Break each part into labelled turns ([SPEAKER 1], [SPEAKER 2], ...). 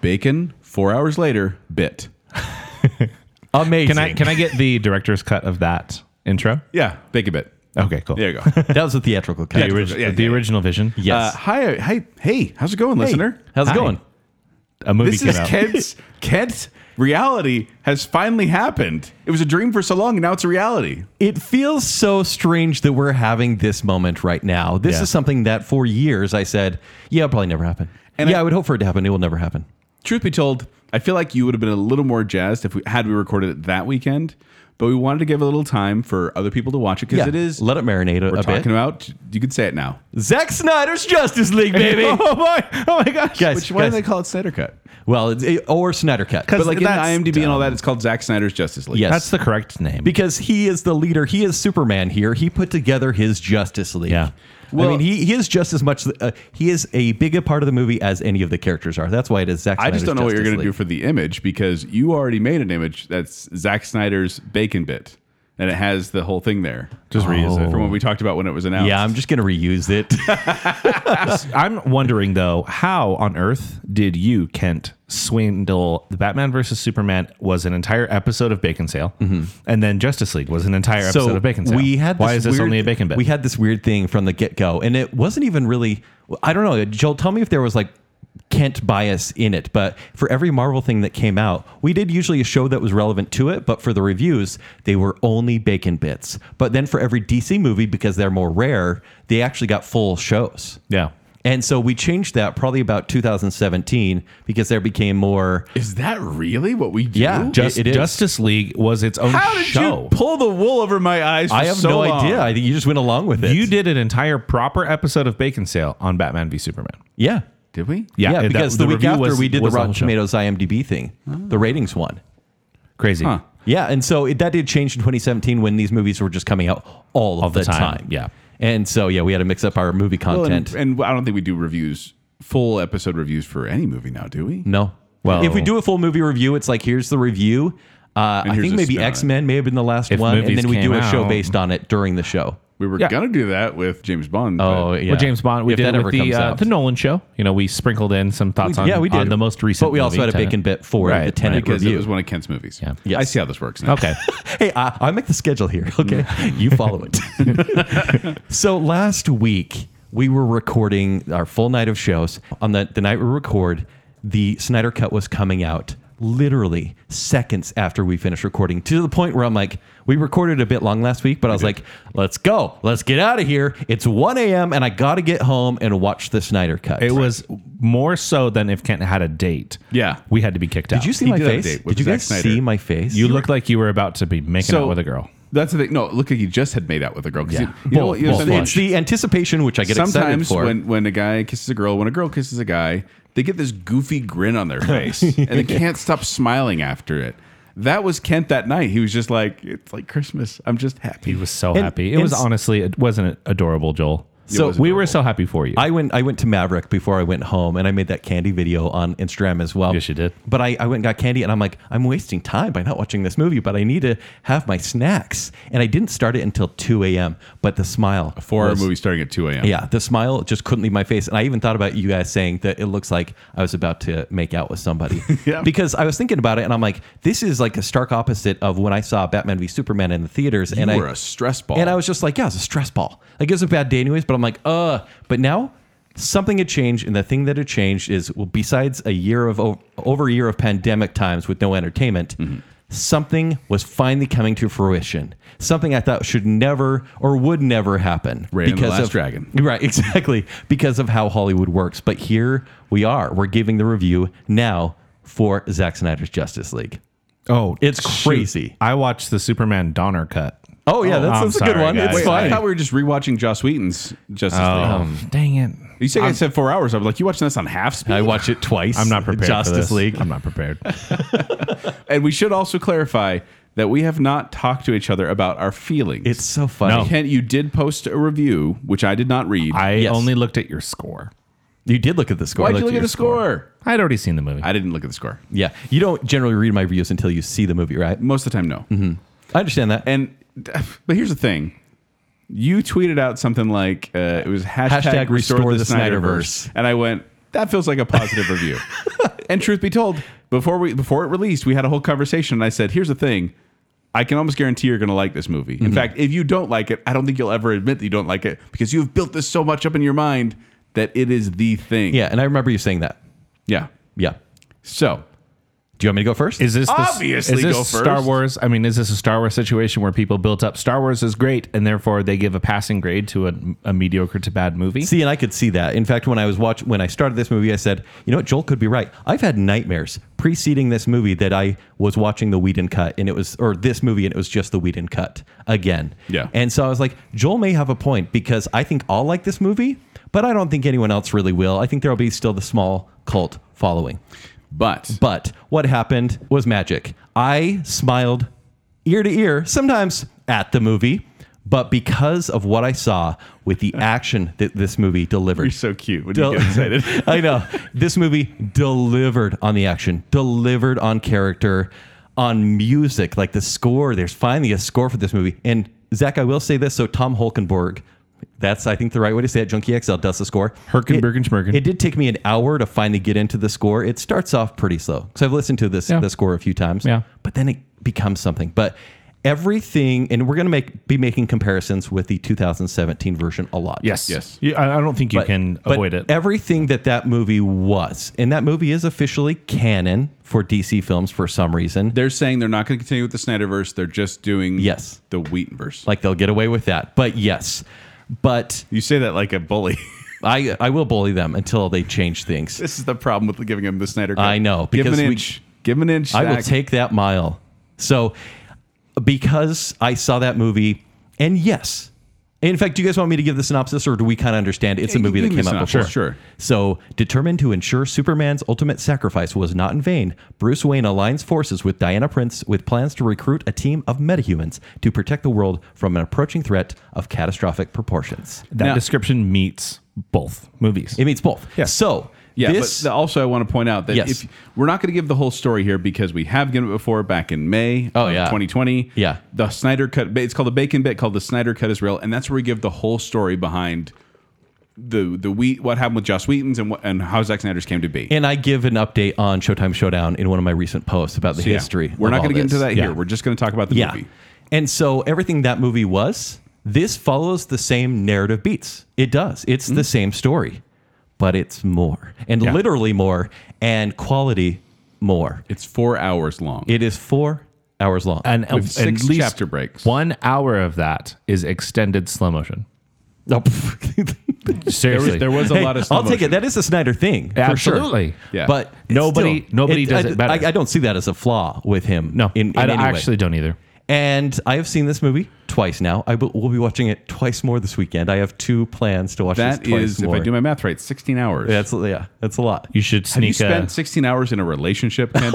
[SPEAKER 1] Bacon, four hours later, bit.
[SPEAKER 2] Amazing.
[SPEAKER 3] Can I can I get the director's cut of that intro?
[SPEAKER 1] Yeah, bacon bit.
[SPEAKER 3] Okay, cool.
[SPEAKER 1] There you go.
[SPEAKER 2] that was a theatrical cut.
[SPEAKER 3] The, orig-
[SPEAKER 1] yeah,
[SPEAKER 3] the
[SPEAKER 1] yeah.
[SPEAKER 3] original vision.
[SPEAKER 1] Uh,
[SPEAKER 2] yes.
[SPEAKER 1] hi, hi, hey, how's it going, listener?
[SPEAKER 2] How's it
[SPEAKER 3] hi.
[SPEAKER 2] going?
[SPEAKER 3] Uh, A movie
[SPEAKER 1] This
[SPEAKER 3] came
[SPEAKER 1] is
[SPEAKER 3] out.
[SPEAKER 1] Kent's Kent. Reality has finally happened. It was a dream for so long, and now it's a reality.
[SPEAKER 2] It feels so strange that we're having this moment right now. This
[SPEAKER 3] Yeah.
[SPEAKER 2] is something that for years I said, yeah, it'll probably never happen.
[SPEAKER 1] And
[SPEAKER 2] yeah,
[SPEAKER 1] I-
[SPEAKER 2] I, would hope for it to happen. It will never happen.
[SPEAKER 1] Truth be told, I feel like you would have been a little more jazzed if we had we recorded it that weekend. But we wanted to give a little time for other people to watch it because
[SPEAKER 2] yeah.
[SPEAKER 1] it is
[SPEAKER 2] Let it marinate a,
[SPEAKER 1] we're
[SPEAKER 2] a
[SPEAKER 1] talking
[SPEAKER 2] bit.
[SPEAKER 1] about. You can say it now.
[SPEAKER 2] Zack Snyder's Justice League, baby.
[SPEAKER 3] oh my! Oh my gosh!
[SPEAKER 2] guys,
[SPEAKER 1] Which why
[SPEAKER 2] guys.
[SPEAKER 1] do they call it Snyder Cut?
[SPEAKER 2] well, it's, it, or Snyder cut.
[SPEAKER 1] But like in
[SPEAKER 3] That's
[SPEAKER 1] IMDb and all that, it's called Zack Snyder's Justice League.
[SPEAKER 2] Yes.
[SPEAKER 3] That's the correct name.
[SPEAKER 2] because he is the leader. He is Superman here. He put together his Justice League.
[SPEAKER 3] Yeah.
[SPEAKER 2] I mean, he, he is just as much. Uh, he is a big a part of the movie as any of the characters are. That's why it is Zack.
[SPEAKER 1] I just
[SPEAKER 2] Snyder's
[SPEAKER 1] don't know what you're
[SPEAKER 2] Justice
[SPEAKER 1] going to do
[SPEAKER 2] League.
[SPEAKER 1] for the image because you already made an image that's Zack Snyder's bacon bit, and it has the whole thing there. Oh.
[SPEAKER 3] Just reuse it.
[SPEAKER 1] from what we talked about when it was announced.
[SPEAKER 2] Yeah, I'm just going to reuse it.
[SPEAKER 3] I'm wondering though, how on earth did you, Kent, swindle the Batman versus Superman was an entire episode of Bacon Sale,
[SPEAKER 1] Mm-hmm.
[SPEAKER 3] and then Justice League was an entire episode of Bacon Sale.
[SPEAKER 2] We had
[SPEAKER 3] Why
[SPEAKER 2] this
[SPEAKER 3] is this
[SPEAKER 2] weird-
[SPEAKER 3] only a bacon bit?
[SPEAKER 2] We had this weird thing from the get go, and it wasn't even really. I don't know, Joel. Tell me if there was like Kent bias in it, but for every Marvel thing that came out, we did usually a show that was relevant to it. But for the reviews, they were only bacon bits. But then for every DC movie, because they're more rare, they actually got full shows.
[SPEAKER 3] yeah.
[SPEAKER 2] And so we changed that probably about 2017 because there became more.
[SPEAKER 1] Is that really what we do?
[SPEAKER 2] Yeah,
[SPEAKER 3] Just,
[SPEAKER 2] it is.
[SPEAKER 3] Justice League was its own
[SPEAKER 1] How did
[SPEAKER 3] show.
[SPEAKER 1] you pull the wool over my eyes? For
[SPEAKER 2] I have
[SPEAKER 1] so
[SPEAKER 2] no
[SPEAKER 1] long?
[SPEAKER 2] idea. I think you just went along with it.
[SPEAKER 3] You did an entire proper episode of Bacon Sale on Batman v Superman.
[SPEAKER 2] yeah.
[SPEAKER 1] Did we?
[SPEAKER 2] Yeah,
[SPEAKER 3] that-
[SPEAKER 2] because the, week
[SPEAKER 3] review
[SPEAKER 2] after
[SPEAKER 3] was-
[SPEAKER 2] we did the
[SPEAKER 3] was
[SPEAKER 2] Rotten
[SPEAKER 3] on show.
[SPEAKER 2] Tomatoes IMDb thing, the ratings one.
[SPEAKER 3] Crazy.
[SPEAKER 1] Huh.
[SPEAKER 2] Yeah, and so it, that did change in 2017 when these movies were just coming out all of
[SPEAKER 3] All
[SPEAKER 2] the,
[SPEAKER 3] the
[SPEAKER 2] time.
[SPEAKER 3] time, yeah.
[SPEAKER 2] and so yeah, we had to mix up our movie
[SPEAKER 1] Well, and,
[SPEAKER 2] content.
[SPEAKER 1] and I don't think we do reviews, full episode reviews for any movie now, do we?
[SPEAKER 2] no,
[SPEAKER 3] Well-
[SPEAKER 2] if we do a full movie review, it's like here's the review. Uh, I
[SPEAKER 1] here's
[SPEAKER 2] think
[SPEAKER 1] a
[SPEAKER 2] maybe
[SPEAKER 1] spin on it.
[SPEAKER 2] X Men may have been the last
[SPEAKER 3] If
[SPEAKER 2] one, and
[SPEAKER 3] movies
[SPEAKER 2] then we
[SPEAKER 3] came
[SPEAKER 2] do a show
[SPEAKER 3] out-
[SPEAKER 2] based on it during the show.
[SPEAKER 1] We were
[SPEAKER 3] Yeah.
[SPEAKER 1] gonna do that with James Bond.
[SPEAKER 2] Oh
[SPEAKER 1] but
[SPEAKER 2] yeah,
[SPEAKER 3] With James Bond, we
[SPEAKER 2] If
[SPEAKER 3] did
[SPEAKER 2] that
[SPEAKER 3] it
[SPEAKER 2] ever
[SPEAKER 3] with the
[SPEAKER 2] comes
[SPEAKER 3] uh,
[SPEAKER 2] out.
[SPEAKER 3] the Nolan show. You know, we sprinkled in some thoughts on,
[SPEAKER 2] yeah, we did
[SPEAKER 3] on the most recent.
[SPEAKER 2] but we also
[SPEAKER 3] movie,
[SPEAKER 2] had a
[SPEAKER 3] Tenet.
[SPEAKER 2] bacon bit for
[SPEAKER 3] Right,
[SPEAKER 2] the Tenet
[SPEAKER 1] because it
[SPEAKER 2] review.
[SPEAKER 1] was one of Kent's movies.
[SPEAKER 3] Yeah.
[SPEAKER 1] I
[SPEAKER 2] Yes.
[SPEAKER 1] see how this works now.
[SPEAKER 3] Okay.
[SPEAKER 2] hey, I, I make the schedule here. Okay, you follow it. so last week we were recording our full night of shows. On the the night we record, the Snyder Cut was coming out literally seconds after we finished recording to the point where I'm like, we recorded a bit long last week, but I was like, let's go, let's get out of here. It's 1 a.m. and I got to get home and watch the Snyder Cut.
[SPEAKER 3] It was more so than if Kent had a date.
[SPEAKER 1] Yeah.
[SPEAKER 3] We had to be kicked out.
[SPEAKER 2] did you see
[SPEAKER 1] He
[SPEAKER 2] my
[SPEAKER 1] did have a
[SPEAKER 2] face?
[SPEAKER 1] date
[SPEAKER 2] Did
[SPEAKER 1] with
[SPEAKER 2] you
[SPEAKER 1] Zack
[SPEAKER 2] guys
[SPEAKER 1] Snyder.
[SPEAKER 2] see my face?
[SPEAKER 3] You looked like you were about to be making
[SPEAKER 1] So
[SPEAKER 3] out with a girl.
[SPEAKER 1] That's the thing. No, look like you just had made out with a girl. 'cause
[SPEAKER 3] Yeah.
[SPEAKER 1] you, you know
[SPEAKER 3] Bull-
[SPEAKER 1] what- you know
[SPEAKER 3] bull
[SPEAKER 1] something?
[SPEAKER 3] flush.
[SPEAKER 2] it's the anticipation which I get excited
[SPEAKER 1] sometimes
[SPEAKER 2] for.
[SPEAKER 1] when, when a guy kisses a girl, when a girl kisses a guy, they get this goofy grin on their face and they can't stop smiling after it. That was Kent that night. He was just like, it's like Christmas. I'm just happy.
[SPEAKER 3] He was so
[SPEAKER 2] And-
[SPEAKER 3] happy. It
[SPEAKER 2] and
[SPEAKER 3] was
[SPEAKER 2] s-
[SPEAKER 3] honestly, it wasn't it adorable, Joel.
[SPEAKER 2] So
[SPEAKER 3] So
[SPEAKER 2] was
[SPEAKER 3] we were so happy for you.
[SPEAKER 2] I went I went to Maverick before I went home and I made that candy video on Instagram as well.
[SPEAKER 3] Yes, you did.
[SPEAKER 2] But I, I went and got candy and I'm like, I'm wasting time by not watching this movie, but I need to have my snacks. And I didn't start it until two AM. But the smile A
[SPEAKER 1] Four hour movie starting at 2 a.m.
[SPEAKER 2] Yeah, the smile just couldn't leave my face. And I even thought about you guys saying that it looks like I was about to make out with somebody.
[SPEAKER 1] Yeah.
[SPEAKER 2] Because I was thinking about it and I'm like, this is like a stark opposite of when I saw Batman v Superman in the theaters and
[SPEAKER 1] you
[SPEAKER 2] I
[SPEAKER 1] were a stress ball.
[SPEAKER 2] and I was just like, yeah, it's a stress ball. Like it was a bad day anyways, but I'm like, uh, but now something had changed. And the thing that had changed is, well, besides a year of o- over a year of pandemic times with no entertainment, something was finally coming to fruition. Something I thought should never or would never happen.
[SPEAKER 1] Ray and the Last
[SPEAKER 2] of,
[SPEAKER 1] Dragon.
[SPEAKER 2] Right, exactly. Because of how Hollywood works. But here we are. We're giving the review now for Zack Snyder's Justice League.
[SPEAKER 3] oh,
[SPEAKER 2] It's crazy.
[SPEAKER 3] I watched the Superman Donner cut.
[SPEAKER 2] Oh, yeah, that's,
[SPEAKER 3] I'm
[SPEAKER 2] that's a good
[SPEAKER 3] sorry,
[SPEAKER 2] one.
[SPEAKER 3] guys.
[SPEAKER 1] Wait,
[SPEAKER 2] It's
[SPEAKER 1] I
[SPEAKER 2] fine.
[SPEAKER 1] thought we were just rewatching Joss Whedon's Justice
[SPEAKER 2] Oh.
[SPEAKER 1] League.
[SPEAKER 3] Um, dang it.
[SPEAKER 1] You said I said four hours. I was like, you watching this on half speed?
[SPEAKER 2] I watched it twice.
[SPEAKER 3] I'm not prepared. for
[SPEAKER 2] Justice
[SPEAKER 3] this.
[SPEAKER 2] League.
[SPEAKER 3] I'm not prepared.
[SPEAKER 1] and we should also clarify that we have not talked to each other about our feelings.
[SPEAKER 2] It's so funny.
[SPEAKER 1] Kent, you did post a review, which I did not read.
[SPEAKER 3] I
[SPEAKER 2] Yes.
[SPEAKER 3] only looked at your score.
[SPEAKER 2] You did look at the score.
[SPEAKER 1] Why'd
[SPEAKER 2] I
[SPEAKER 1] you look at
[SPEAKER 2] looked your
[SPEAKER 1] the score?
[SPEAKER 3] I'd already seen the movie.
[SPEAKER 1] I didn't look at the score.
[SPEAKER 2] Yeah, you don't generally read my reviews until you see the movie, right?
[SPEAKER 1] Most of the time, no.
[SPEAKER 2] I understand that.
[SPEAKER 1] And but here's the thing: you tweeted out something like uh, it was hashtag,
[SPEAKER 2] Hashtag restore the Snyderverse.
[SPEAKER 1] and I went, That feels like a positive review. And truth be told, before we before it released, we had a whole conversation, and I said, "Here's the thing." I can almost guarantee you're going to like this movie. In fact, if you don't like it, I don't think you'll ever admit that you don't like it because you have built this so much up in your mind that it is the thing.
[SPEAKER 2] Yeah, and I remember you saying that.
[SPEAKER 1] Yeah.
[SPEAKER 2] Yeah.
[SPEAKER 1] So
[SPEAKER 2] Do you want me to go first?
[SPEAKER 3] Is this the-
[SPEAKER 1] Obviously
[SPEAKER 3] is this
[SPEAKER 1] go first.
[SPEAKER 3] Star Wars? I mean, is this a Star Wars situation where people built up Star Wars is great and therefore they give a passing grade to a, a mediocre to bad movie?
[SPEAKER 2] See, and I could see that. In fact, when I was watch when I started this movie, I said, you know what, Joel could be right. I've had nightmares preceding this movie that I was watching the Whedon cut, and it was or this movie, and it was just the Whedon cut again.
[SPEAKER 1] Yeah.
[SPEAKER 2] And so I was like, Joel may have a point because I think I'll like this movie, but I don't think anyone else really will. I think there'll be still the small cult following.
[SPEAKER 1] But,
[SPEAKER 2] But what happened was magic. I smiled ear to ear, sometimes at the movie, but because of what I saw with the action that this movie
[SPEAKER 1] you're
[SPEAKER 2] delivered.
[SPEAKER 1] so cute when
[SPEAKER 2] Del-
[SPEAKER 1] you get excited.
[SPEAKER 2] I know. This movie delivered on the action, delivered on character, on music, like the score. There's finally a score for this movie. And Zach, I will say this. So Tom Holkenborg, that's I think the right way to say it. Junkie XL does the score.
[SPEAKER 3] Herkenberg and Schmerken.
[SPEAKER 2] It, it did take me an hour to finally get into the score. It starts off pretty slow because I've listened to this
[SPEAKER 3] Yeah.
[SPEAKER 2] the score a few times.
[SPEAKER 3] Yeah.
[SPEAKER 2] But then it becomes something. But everything, and we're gonna make be making comparisons with the 2017 version a lot.
[SPEAKER 3] Yes.
[SPEAKER 1] Yes.
[SPEAKER 3] You- I I don't think you can
[SPEAKER 2] But
[SPEAKER 3] avoid it.
[SPEAKER 2] Everything that that movie was, and that movie is officially canon for DC films for some reason.
[SPEAKER 1] They're saying they're not going to continue with the Snyderverse. They're just doing
[SPEAKER 2] Yes.
[SPEAKER 1] the Wheatonverse.
[SPEAKER 2] Like they'll get away with that. But yes, but
[SPEAKER 1] you say that like a bully.
[SPEAKER 2] I I will bully them until they change things.
[SPEAKER 1] this is the problem with giving him the Snyder. Cut.
[SPEAKER 2] I know,
[SPEAKER 1] Give him
[SPEAKER 2] because
[SPEAKER 1] an
[SPEAKER 2] we-
[SPEAKER 1] inch. Give him an inch.
[SPEAKER 2] I will
[SPEAKER 1] Zach.
[SPEAKER 2] take that mile. So, because I saw that movie, and yes, in fact, do you guys want me to give the synopsis, or do we kind of understand it's a
[SPEAKER 1] Yeah,
[SPEAKER 2] movie
[SPEAKER 1] you
[SPEAKER 2] that
[SPEAKER 1] can give
[SPEAKER 2] came
[SPEAKER 1] the
[SPEAKER 2] out before?
[SPEAKER 1] synopsis, sure.
[SPEAKER 2] So, determined to ensure Superman's ultimate sacrifice was not in vain, Bruce Wayne aligns forces with Diana Prince with plans to recruit a team of metahumans to protect the world from an approaching threat of catastrophic proportions.
[SPEAKER 3] that
[SPEAKER 1] Now-
[SPEAKER 3] description meets both movies.
[SPEAKER 2] It means both.
[SPEAKER 3] Yeah.
[SPEAKER 2] So,
[SPEAKER 1] Yeah,
[SPEAKER 2] this
[SPEAKER 1] but also I want to point out that
[SPEAKER 2] Yes.
[SPEAKER 1] if we're not going to give the whole story here because we have given it before back in May
[SPEAKER 2] Oh,
[SPEAKER 1] of
[SPEAKER 2] yeah.
[SPEAKER 1] 2020.
[SPEAKER 2] Yeah.
[SPEAKER 1] The Snyder Cut it's called the Bacon Bit called the Snyder Cut is real and that's where we give the whole story behind the the wheat what happened with Joss Wheaton's and what, and how Zack Snyder's came to be.
[SPEAKER 2] and I give an update on Showtime Showdown in one of my recent posts about the
[SPEAKER 1] Yeah.
[SPEAKER 2] history.
[SPEAKER 1] We're
[SPEAKER 2] of
[SPEAKER 1] not
[SPEAKER 2] all
[SPEAKER 1] going to get
[SPEAKER 2] this.
[SPEAKER 1] into that
[SPEAKER 3] Yeah.
[SPEAKER 1] here. We're just going to talk about the
[SPEAKER 2] Yeah.
[SPEAKER 1] movie.
[SPEAKER 2] And so everything that movie was, this follows the same narrative beats. It does. It's
[SPEAKER 1] Hmm.
[SPEAKER 2] the same story, but it's more and
[SPEAKER 3] Yeah.
[SPEAKER 2] literally more and quality more.
[SPEAKER 1] It's 4 hours long.
[SPEAKER 2] It is four hours long.
[SPEAKER 3] and at
[SPEAKER 1] With six
[SPEAKER 3] least
[SPEAKER 1] chapter breaks.
[SPEAKER 3] One hour of that is extended slow motion.
[SPEAKER 2] Oh,
[SPEAKER 1] there was,
[SPEAKER 3] Seriously,
[SPEAKER 1] there was a
[SPEAKER 2] hey,
[SPEAKER 1] lot of slow
[SPEAKER 2] I'll take
[SPEAKER 1] motion.
[SPEAKER 2] it. That is a Snyder thing.
[SPEAKER 3] Absolutely.
[SPEAKER 2] For sure.
[SPEAKER 1] Yeah.
[SPEAKER 2] But
[SPEAKER 3] Nobody-
[SPEAKER 2] still,
[SPEAKER 3] nobody does
[SPEAKER 2] I,
[SPEAKER 3] it better.
[SPEAKER 2] I, I don't see that as a flaw with him.
[SPEAKER 3] no,
[SPEAKER 2] In, in
[SPEAKER 3] I,
[SPEAKER 2] any
[SPEAKER 3] I
[SPEAKER 2] way.
[SPEAKER 3] actually don't either.
[SPEAKER 2] And I have seen this movie twice now. I will will be watching it twice more this weekend. I have two plans to watch
[SPEAKER 1] That
[SPEAKER 2] this twice
[SPEAKER 1] is
[SPEAKER 2] more.
[SPEAKER 1] if I do my math right, 16 hours.
[SPEAKER 2] that's yeah, that's a lot.
[SPEAKER 3] You should
[SPEAKER 1] Have you
[SPEAKER 3] sneak
[SPEAKER 1] spent 16 hours in a relationship, Ken?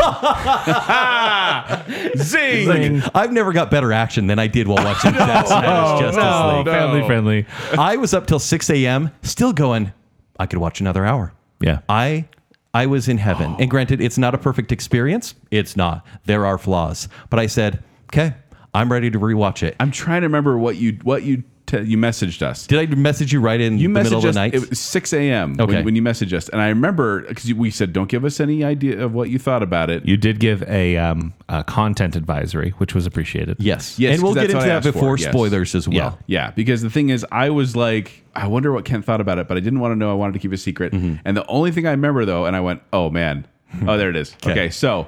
[SPEAKER 3] a zing.
[SPEAKER 2] I've never got better action than I did while watching Zack Snyder's Justice
[SPEAKER 3] no,
[SPEAKER 2] League.
[SPEAKER 3] family friendly.
[SPEAKER 2] I was up till six a.m. still going. I could watch another hour.
[SPEAKER 3] Yeah.
[SPEAKER 2] I I was in heaven. And granted, it's not a perfect experience. It's not. There are flaws. But I said, okay, I'm ready to rewatch it.
[SPEAKER 1] I'm trying to remember what you what you te- you messaged us.
[SPEAKER 2] Did I message you right in
[SPEAKER 1] you
[SPEAKER 2] the middle
[SPEAKER 1] messaged
[SPEAKER 2] of the
[SPEAKER 1] us.
[SPEAKER 2] night?
[SPEAKER 1] It was 6 a.m.
[SPEAKER 2] Okay.
[SPEAKER 1] When, when you messaged us, and I remember because we said don't give us any idea of what you thought about it.
[SPEAKER 3] You did give a, um, a content advisory, which was appreciated.
[SPEAKER 2] yes.
[SPEAKER 1] Yes,
[SPEAKER 2] And we'll
[SPEAKER 1] 'cause
[SPEAKER 2] get
[SPEAKER 1] that's
[SPEAKER 2] into
[SPEAKER 1] what I
[SPEAKER 2] that
[SPEAKER 1] asked for,
[SPEAKER 2] before
[SPEAKER 1] yes.
[SPEAKER 2] spoilers as well.
[SPEAKER 3] Yeah.
[SPEAKER 1] yeah, because the thing is, I was like, I wonder what Kent thought about it, but I didn't want to know. I wanted to keep it secret. And the only thing I remember though, and I went, oh man, oh there it is. okay. so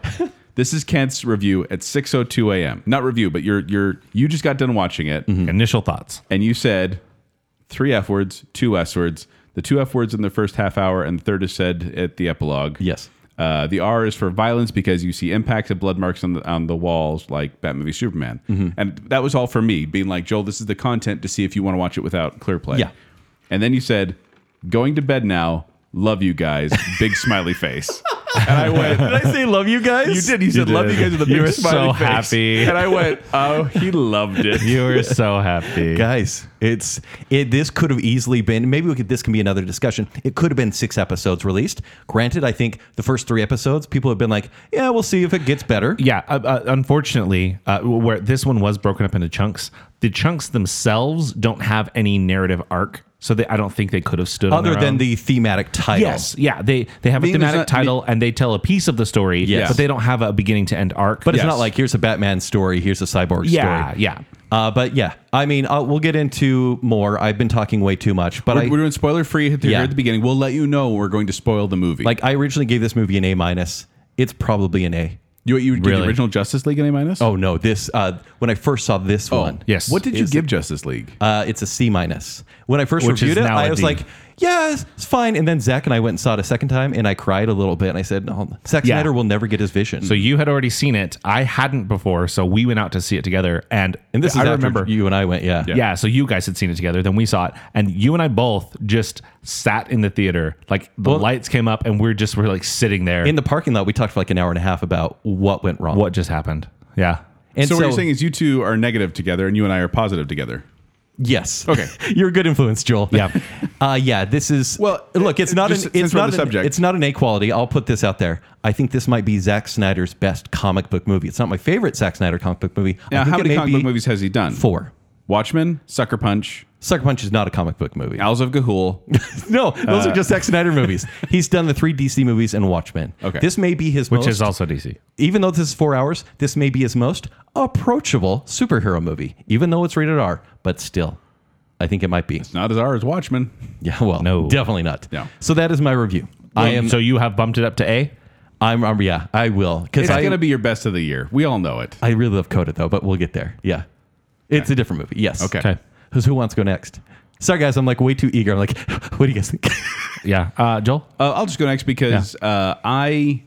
[SPEAKER 1] this is Kent's review at 6:02 a.m. Not review, but you're you're you just got done watching it.
[SPEAKER 3] Mm-hmm. Initial thoughts.
[SPEAKER 1] and you said three F words, two S words. The two F words in the first half hour, and the third is said at the epilogue.
[SPEAKER 2] Yes.
[SPEAKER 1] Uh, the R is for violence because you see impacts and blood marks on the on the walls like Batman movie Superman,
[SPEAKER 3] Mm-hmm.
[SPEAKER 1] and that was all for me being like Joel. This is the content to see if you want to watch it without clear play.
[SPEAKER 2] Yeah.
[SPEAKER 1] And then you said, "Going to bed now. Love you guys." Big smiley face. And I went.
[SPEAKER 2] Did I say love you guys?
[SPEAKER 1] You did. You said, "Love you
[SPEAKER 3] did.
[SPEAKER 1] guys" with a
[SPEAKER 3] You
[SPEAKER 1] big
[SPEAKER 3] were
[SPEAKER 1] smiley
[SPEAKER 3] so
[SPEAKER 1] face.
[SPEAKER 3] happy.
[SPEAKER 1] And I went, "Oh, he loved it."
[SPEAKER 3] You were so happy.
[SPEAKER 2] Guys, it's it. This could have easily been. Maybe we could. This can be another discussion. It could have been six episodes released. Granted, I think the first three episodes, people have been like, "Yeah, we'll see if it gets better."
[SPEAKER 3] yeah uh, uh, unfortunately uh, where this one was broken up into chunks the chunks themselves don't have any narrative arc so they, I don't think they could have stood on
[SPEAKER 2] Other
[SPEAKER 3] their
[SPEAKER 2] than
[SPEAKER 3] own.
[SPEAKER 2] the thematic title.
[SPEAKER 3] Yes, yeah, they they have
[SPEAKER 1] I mean,
[SPEAKER 3] a
[SPEAKER 1] there's
[SPEAKER 3] thematic
[SPEAKER 1] not-
[SPEAKER 3] title and they tell a piece of the story,
[SPEAKER 2] Yes.
[SPEAKER 3] but they don't have a beginning to end arc.
[SPEAKER 2] But it's
[SPEAKER 1] Yes.
[SPEAKER 2] not like here's a Batman story, here's a cyborg
[SPEAKER 3] yeah,
[SPEAKER 2] story.
[SPEAKER 3] yeah.
[SPEAKER 2] Uh, but yeah, I mean, uh, we'll get into more. I've been talking way too much, but I
[SPEAKER 1] We're, we're doing spoiler free here
[SPEAKER 2] Yeah.
[SPEAKER 1] at the beginning. We'll let you know we're going to spoil the movie.
[SPEAKER 2] like I originally gave this movie an A minus. It's probably an A.
[SPEAKER 1] you, you did
[SPEAKER 3] Really?
[SPEAKER 1] the original Justice League an A minus.
[SPEAKER 2] Oh no, this uh, when I first saw this one,
[SPEAKER 3] yes.
[SPEAKER 1] What did you
[SPEAKER 2] Is
[SPEAKER 1] give Justice League?
[SPEAKER 2] uh, it's a C minus. When I first
[SPEAKER 3] Which is
[SPEAKER 2] reviewed it,
[SPEAKER 3] now
[SPEAKER 2] I
[SPEAKER 3] a
[SPEAKER 2] was
[SPEAKER 3] D.
[SPEAKER 2] like, yeah, it's it's fine. And then Zach and I went and saw it a second time, and I cried a little bit. And I said, no, Zack
[SPEAKER 3] Yeah.
[SPEAKER 2] Snyder will never get his vision.
[SPEAKER 3] So you had already seen it. I hadn't before, so we went out to see it together. And,
[SPEAKER 2] and this is
[SPEAKER 3] I
[SPEAKER 2] after
[SPEAKER 3] remember.
[SPEAKER 2] you and I went, yeah,
[SPEAKER 3] yeah. so you guys had seen it together. Then we saw it, and you and I both just sat in the theater. Like the lights came up, and we're just we're like sitting there.
[SPEAKER 2] In the parking lot, we talked for like an hour and a half about what went wrong.
[SPEAKER 3] what just happened? Yeah,
[SPEAKER 2] And
[SPEAKER 1] so,
[SPEAKER 2] so,
[SPEAKER 1] what you're saying is you two are negative together, and you and I are positive together.
[SPEAKER 2] yes,
[SPEAKER 1] Okay.
[SPEAKER 2] you're a good influence, Joel.
[SPEAKER 3] Yeah.
[SPEAKER 2] uh, yeah. This is
[SPEAKER 1] Well,
[SPEAKER 2] Look, it's not
[SPEAKER 1] just
[SPEAKER 2] an
[SPEAKER 1] since
[SPEAKER 2] it's
[SPEAKER 1] we're on
[SPEAKER 2] not
[SPEAKER 1] the
[SPEAKER 2] an,
[SPEAKER 1] subject.
[SPEAKER 2] It's not an A quality. I'll put this out there. I think this might be Zack Snyder's best comic book movie. It's not my favorite Zack Snyder comic book movie. I
[SPEAKER 1] Now,
[SPEAKER 2] think
[SPEAKER 1] how
[SPEAKER 2] it
[SPEAKER 1] many
[SPEAKER 2] may
[SPEAKER 1] comic
[SPEAKER 2] be
[SPEAKER 1] book movies has he done?
[SPEAKER 2] Four.
[SPEAKER 1] Watchmen, Sucker Punch,
[SPEAKER 2] Sucker Punch is not a comic book movie.
[SPEAKER 1] Owls of Gahul.
[SPEAKER 2] No, those are just Zack Snyder movies. He's done the three DC movies and Watchmen.
[SPEAKER 1] Okay.
[SPEAKER 2] This may be his
[SPEAKER 3] which
[SPEAKER 2] most,
[SPEAKER 3] is also DC.
[SPEAKER 2] even though this is four hours, this may be his most approachable superhero movie, even though it's rated R, but still, I think it might be.
[SPEAKER 1] not as R as Watchmen.
[SPEAKER 2] Yeah, well,
[SPEAKER 3] No.
[SPEAKER 2] definitely not.
[SPEAKER 1] No.
[SPEAKER 2] So that is my review. I am,
[SPEAKER 3] Um, So you have bumped it up to A.
[SPEAKER 2] I'm, I'm, yeah, I will. Because
[SPEAKER 1] It's
[SPEAKER 2] I,
[SPEAKER 1] going to be your best of the year. We all know it.
[SPEAKER 2] I really love Coda, though, but we'll get there. Yeah. It's a different movie. Yes.
[SPEAKER 1] Okay.
[SPEAKER 3] Okay.
[SPEAKER 2] Who's, who wants to go next? Sorry, guys, I'm like way too eager. I'm like, what do you guys think?
[SPEAKER 3] Yeah, uh, Joel.
[SPEAKER 1] Uh, I'll just go next because uh, I,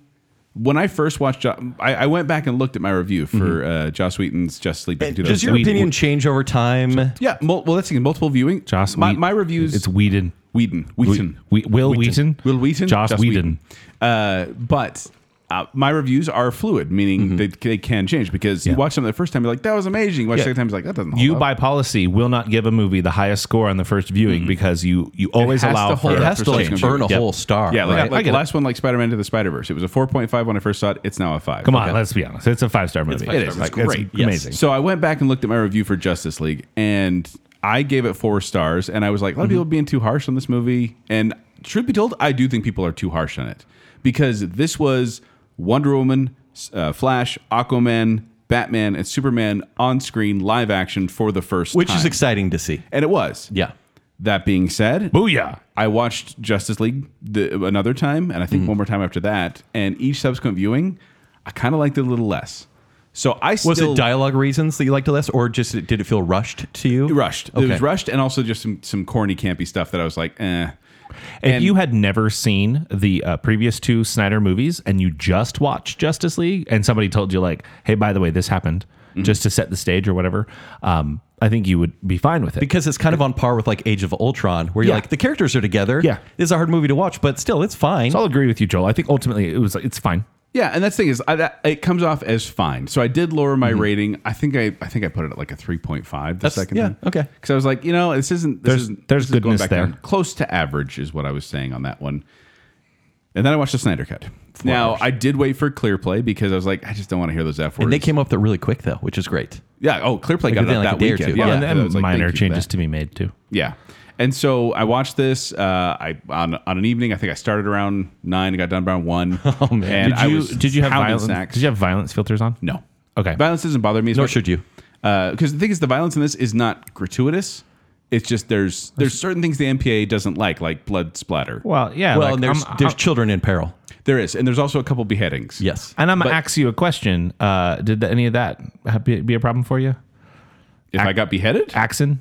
[SPEAKER 1] when I first watched, Jo- I, I went back and looked at my review for uh, Joss Whedon's Justice League. back in
[SPEAKER 2] Mm-hmm. Does your
[SPEAKER 1] 2007.
[SPEAKER 2] opinion change over time?
[SPEAKER 1] Yeah. Mul- well, that's multiple viewing.
[SPEAKER 3] Joss.
[SPEAKER 1] my,
[SPEAKER 3] Wheat-
[SPEAKER 1] my reviews.
[SPEAKER 3] It's Whedon.
[SPEAKER 1] Whedon. Wheaton.
[SPEAKER 3] We, Will Wheaton.
[SPEAKER 1] Will Wheaton.
[SPEAKER 3] Joss, Whedon.
[SPEAKER 1] Uh, but uh, my reviews are fluid, meaning
[SPEAKER 3] Mm-hmm.
[SPEAKER 1] they, they can change because you watch something the first time, you're like, that was amazing. You watch the second time, it's like, that doesn't hold
[SPEAKER 3] You
[SPEAKER 1] up.
[SPEAKER 3] by policy will not give a movie the highest score on the first viewing because you you always
[SPEAKER 1] Mm-hmm. has
[SPEAKER 3] allow
[SPEAKER 1] to
[SPEAKER 3] for
[SPEAKER 1] hold
[SPEAKER 2] It has
[SPEAKER 1] for
[SPEAKER 2] to like
[SPEAKER 1] social
[SPEAKER 2] earn a
[SPEAKER 1] media.
[SPEAKER 2] whole star.
[SPEAKER 1] yeah, like,
[SPEAKER 2] right?
[SPEAKER 1] like
[SPEAKER 3] I
[SPEAKER 1] the
[SPEAKER 3] get
[SPEAKER 1] last one, like Spider-Man to the Spider-Verse. It was a 4.5 when I first saw it. It's now a 5.
[SPEAKER 3] Come on, let's be honest. It's a five star movie.
[SPEAKER 1] It is. It's great.
[SPEAKER 2] Yes.
[SPEAKER 3] Amazing.
[SPEAKER 1] So I went back and looked at my review for Justice League, and I gave it four stars. And I was like, a
[SPEAKER 2] Mm-hmm.
[SPEAKER 1] lot of people being too harsh on this movie. And truth be told, I do think people are too harsh on it because this was Wonder Woman, uh, Flash, Aquaman, Batman, and Superman on screen live action for the first
[SPEAKER 2] which
[SPEAKER 1] time.
[SPEAKER 2] is exciting to see.
[SPEAKER 1] and it was.
[SPEAKER 2] Yeah.
[SPEAKER 1] That being said,
[SPEAKER 3] Booyah.
[SPEAKER 1] I watched Justice League the, another time, and I
[SPEAKER 2] Mm-hmm.
[SPEAKER 1] think one more time after that. And each subsequent viewing, I kind of liked it a little less. So I still
[SPEAKER 2] Was it dialogue reasons that you liked it less, or just it- did it feel rushed to you?
[SPEAKER 1] rushed. It
[SPEAKER 2] Okay.
[SPEAKER 1] was rushed, and also just some some corny, campy stuff that I was like, eh.
[SPEAKER 3] If
[SPEAKER 1] And-
[SPEAKER 3] you had never seen the uh, previous two Snyder movies and you just watched Justice League and somebody told you like, "Hey, by the way, this happened,"
[SPEAKER 1] Mm-hmm.
[SPEAKER 3] just to set the stage or whatever, um, I think you would be fine with it.
[SPEAKER 2] Because it's kind of on par with like Age of Ultron, where you're
[SPEAKER 3] Yeah.
[SPEAKER 2] like the characters are together.
[SPEAKER 3] Yeah.
[SPEAKER 2] it's a hard movie to watch, but still, it's fine.
[SPEAKER 3] so I'll agree with you, Joel. I think ultimately it was it's fine.
[SPEAKER 1] Yeah, and that's the thing is, I, that, it comes off as fine. So I did lower my
[SPEAKER 2] Mm-hmm.
[SPEAKER 1] rating. I think I, I think I put it at like a three point five the second
[SPEAKER 2] yeah,
[SPEAKER 1] time.
[SPEAKER 2] okay.
[SPEAKER 1] Because I was like, you know, this isn't this
[SPEAKER 3] There's-
[SPEAKER 1] isn't
[SPEAKER 3] there's
[SPEAKER 1] this is
[SPEAKER 3] goodness there.
[SPEAKER 1] down. Close to average is what I was saying on that one. And then I watched the Snyder cut. now I did wait for ClearPlay because I was like, I just don't want to hear those F words.
[SPEAKER 2] and they came up with it really quick though, which is great.
[SPEAKER 1] yeah. Oh, ClearPlay got it
[SPEAKER 2] within
[SPEAKER 1] up
[SPEAKER 2] like a
[SPEAKER 1] that
[SPEAKER 2] day or
[SPEAKER 1] weekend.
[SPEAKER 2] two.
[SPEAKER 1] Yeah,
[SPEAKER 2] Well,
[SPEAKER 3] and,
[SPEAKER 1] I
[SPEAKER 3] and
[SPEAKER 1] was like,
[SPEAKER 3] minor
[SPEAKER 1] thank you for
[SPEAKER 3] changes
[SPEAKER 1] that.
[SPEAKER 3] to be made too.
[SPEAKER 1] Yeah. And so I watched this. Uh, I on on an evening. I think I started around nine. and Got done around one. Oh man! And
[SPEAKER 3] did
[SPEAKER 1] I
[SPEAKER 3] you
[SPEAKER 1] was
[SPEAKER 3] did you have
[SPEAKER 1] pounding
[SPEAKER 3] violence?
[SPEAKER 1] Snacks.
[SPEAKER 3] Did you have violence filters on?
[SPEAKER 1] no.
[SPEAKER 3] Okay.
[SPEAKER 1] Violence doesn't bother me. as
[SPEAKER 2] Nor
[SPEAKER 1] much.
[SPEAKER 2] should you.
[SPEAKER 1] Because the thing is, the violence in this is not gratuitous. It's just there's there's certain things the MPA doesn't like, like blood splatter.
[SPEAKER 3] Well, yeah.
[SPEAKER 2] well,
[SPEAKER 3] like,
[SPEAKER 2] and there's
[SPEAKER 3] I'm-
[SPEAKER 2] there's
[SPEAKER 3] I'm-
[SPEAKER 2] children in peril.
[SPEAKER 1] There is, and there's also a couple beheadings.
[SPEAKER 2] Yes,
[SPEAKER 3] and I'm gonna ask you a question. Uh, did that, any of that ha- be, be a problem for you?
[SPEAKER 1] If I got beheaded,
[SPEAKER 3] Axon.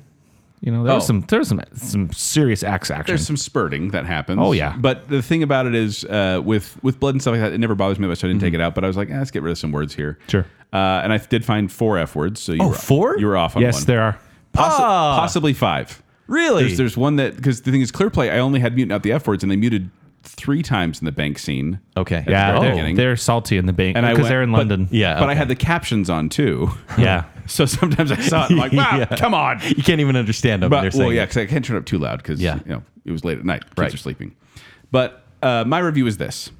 [SPEAKER 3] You know, there was
[SPEAKER 1] Oh.
[SPEAKER 3] some there was some some serious axe action.
[SPEAKER 1] there's some spurting that happens.
[SPEAKER 3] Oh, yeah.
[SPEAKER 1] But the thing about it is, uh, with with blood and stuff like that, it never bothers me much. So I didn't take it out, but I was like, eh, let's get rid of some words here.
[SPEAKER 3] Mm-hmm. Sure.
[SPEAKER 1] Uh, and I did find four F words. So you
[SPEAKER 2] Oh,
[SPEAKER 1] were,
[SPEAKER 2] four?
[SPEAKER 1] You were off on
[SPEAKER 3] yes,
[SPEAKER 1] one.
[SPEAKER 3] there are.
[SPEAKER 1] Possi-
[SPEAKER 2] Ah.
[SPEAKER 1] possibly five.
[SPEAKER 2] Really?
[SPEAKER 1] There's, there's one that because the thing is, ClearPlay. I only had mutant out the F words, and they muted three times in the bank scene.
[SPEAKER 2] okay.
[SPEAKER 3] Yeah,
[SPEAKER 1] the
[SPEAKER 3] they're,
[SPEAKER 1] beginning.
[SPEAKER 3] they're salty in the bank
[SPEAKER 1] And I
[SPEAKER 3] because
[SPEAKER 1] went-
[SPEAKER 3] Oh, they're in
[SPEAKER 1] but-
[SPEAKER 3] London.
[SPEAKER 2] yeah.
[SPEAKER 1] but I
[SPEAKER 2] okay.
[SPEAKER 1] had the captions on too.
[SPEAKER 3] yeah.
[SPEAKER 1] So sometimes I saw it. I'm like, wow,
[SPEAKER 2] Yeah.
[SPEAKER 1] come on.
[SPEAKER 2] you can't even understand them. when they're
[SPEAKER 1] But, well,
[SPEAKER 2] saying
[SPEAKER 1] yeah,
[SPEAKER 2] it.
[SPEAKER 1] because I can't turn it up too loud because
[SPEAKER 2] Yeah.
[SPEAKER 1] you know it was late at night. Kids
[SPEAKER 2] Right. Mm-hmm.
[SPEAKER 1] are sleeping. But uh, my review is this: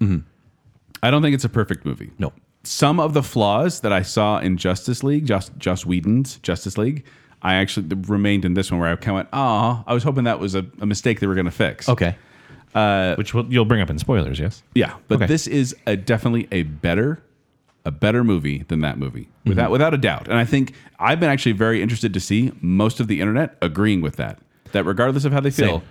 [SPEAKER 1] I don't think it's a perfect movie.
[SPEAKER 2] No.
[SPEAKER 1] Some of the flaws that I saw in Justice League, just Joss Whedon's Justice League, I actually remained in this one where I kind of went, oh, I was hoping that was a, a mistake they were going to fix.
[SPEAKER 2] Okay.
[SPEAKER 3] which will, you'll bring up in spoilers, yes?
[SPEAKER 1] Yeah, but
[SPEAKER 3] Okay.
[SPEAKER 1] this is a definitely a better a better movie than that movie without
[SPEAKER 2] Mm-hmm.
[SPEAKER 1] without a doubt. And I think I've been actually very interested to see most of the internet agreeing with that. That regardless of how they feel,
[SPEAKER 2] Same.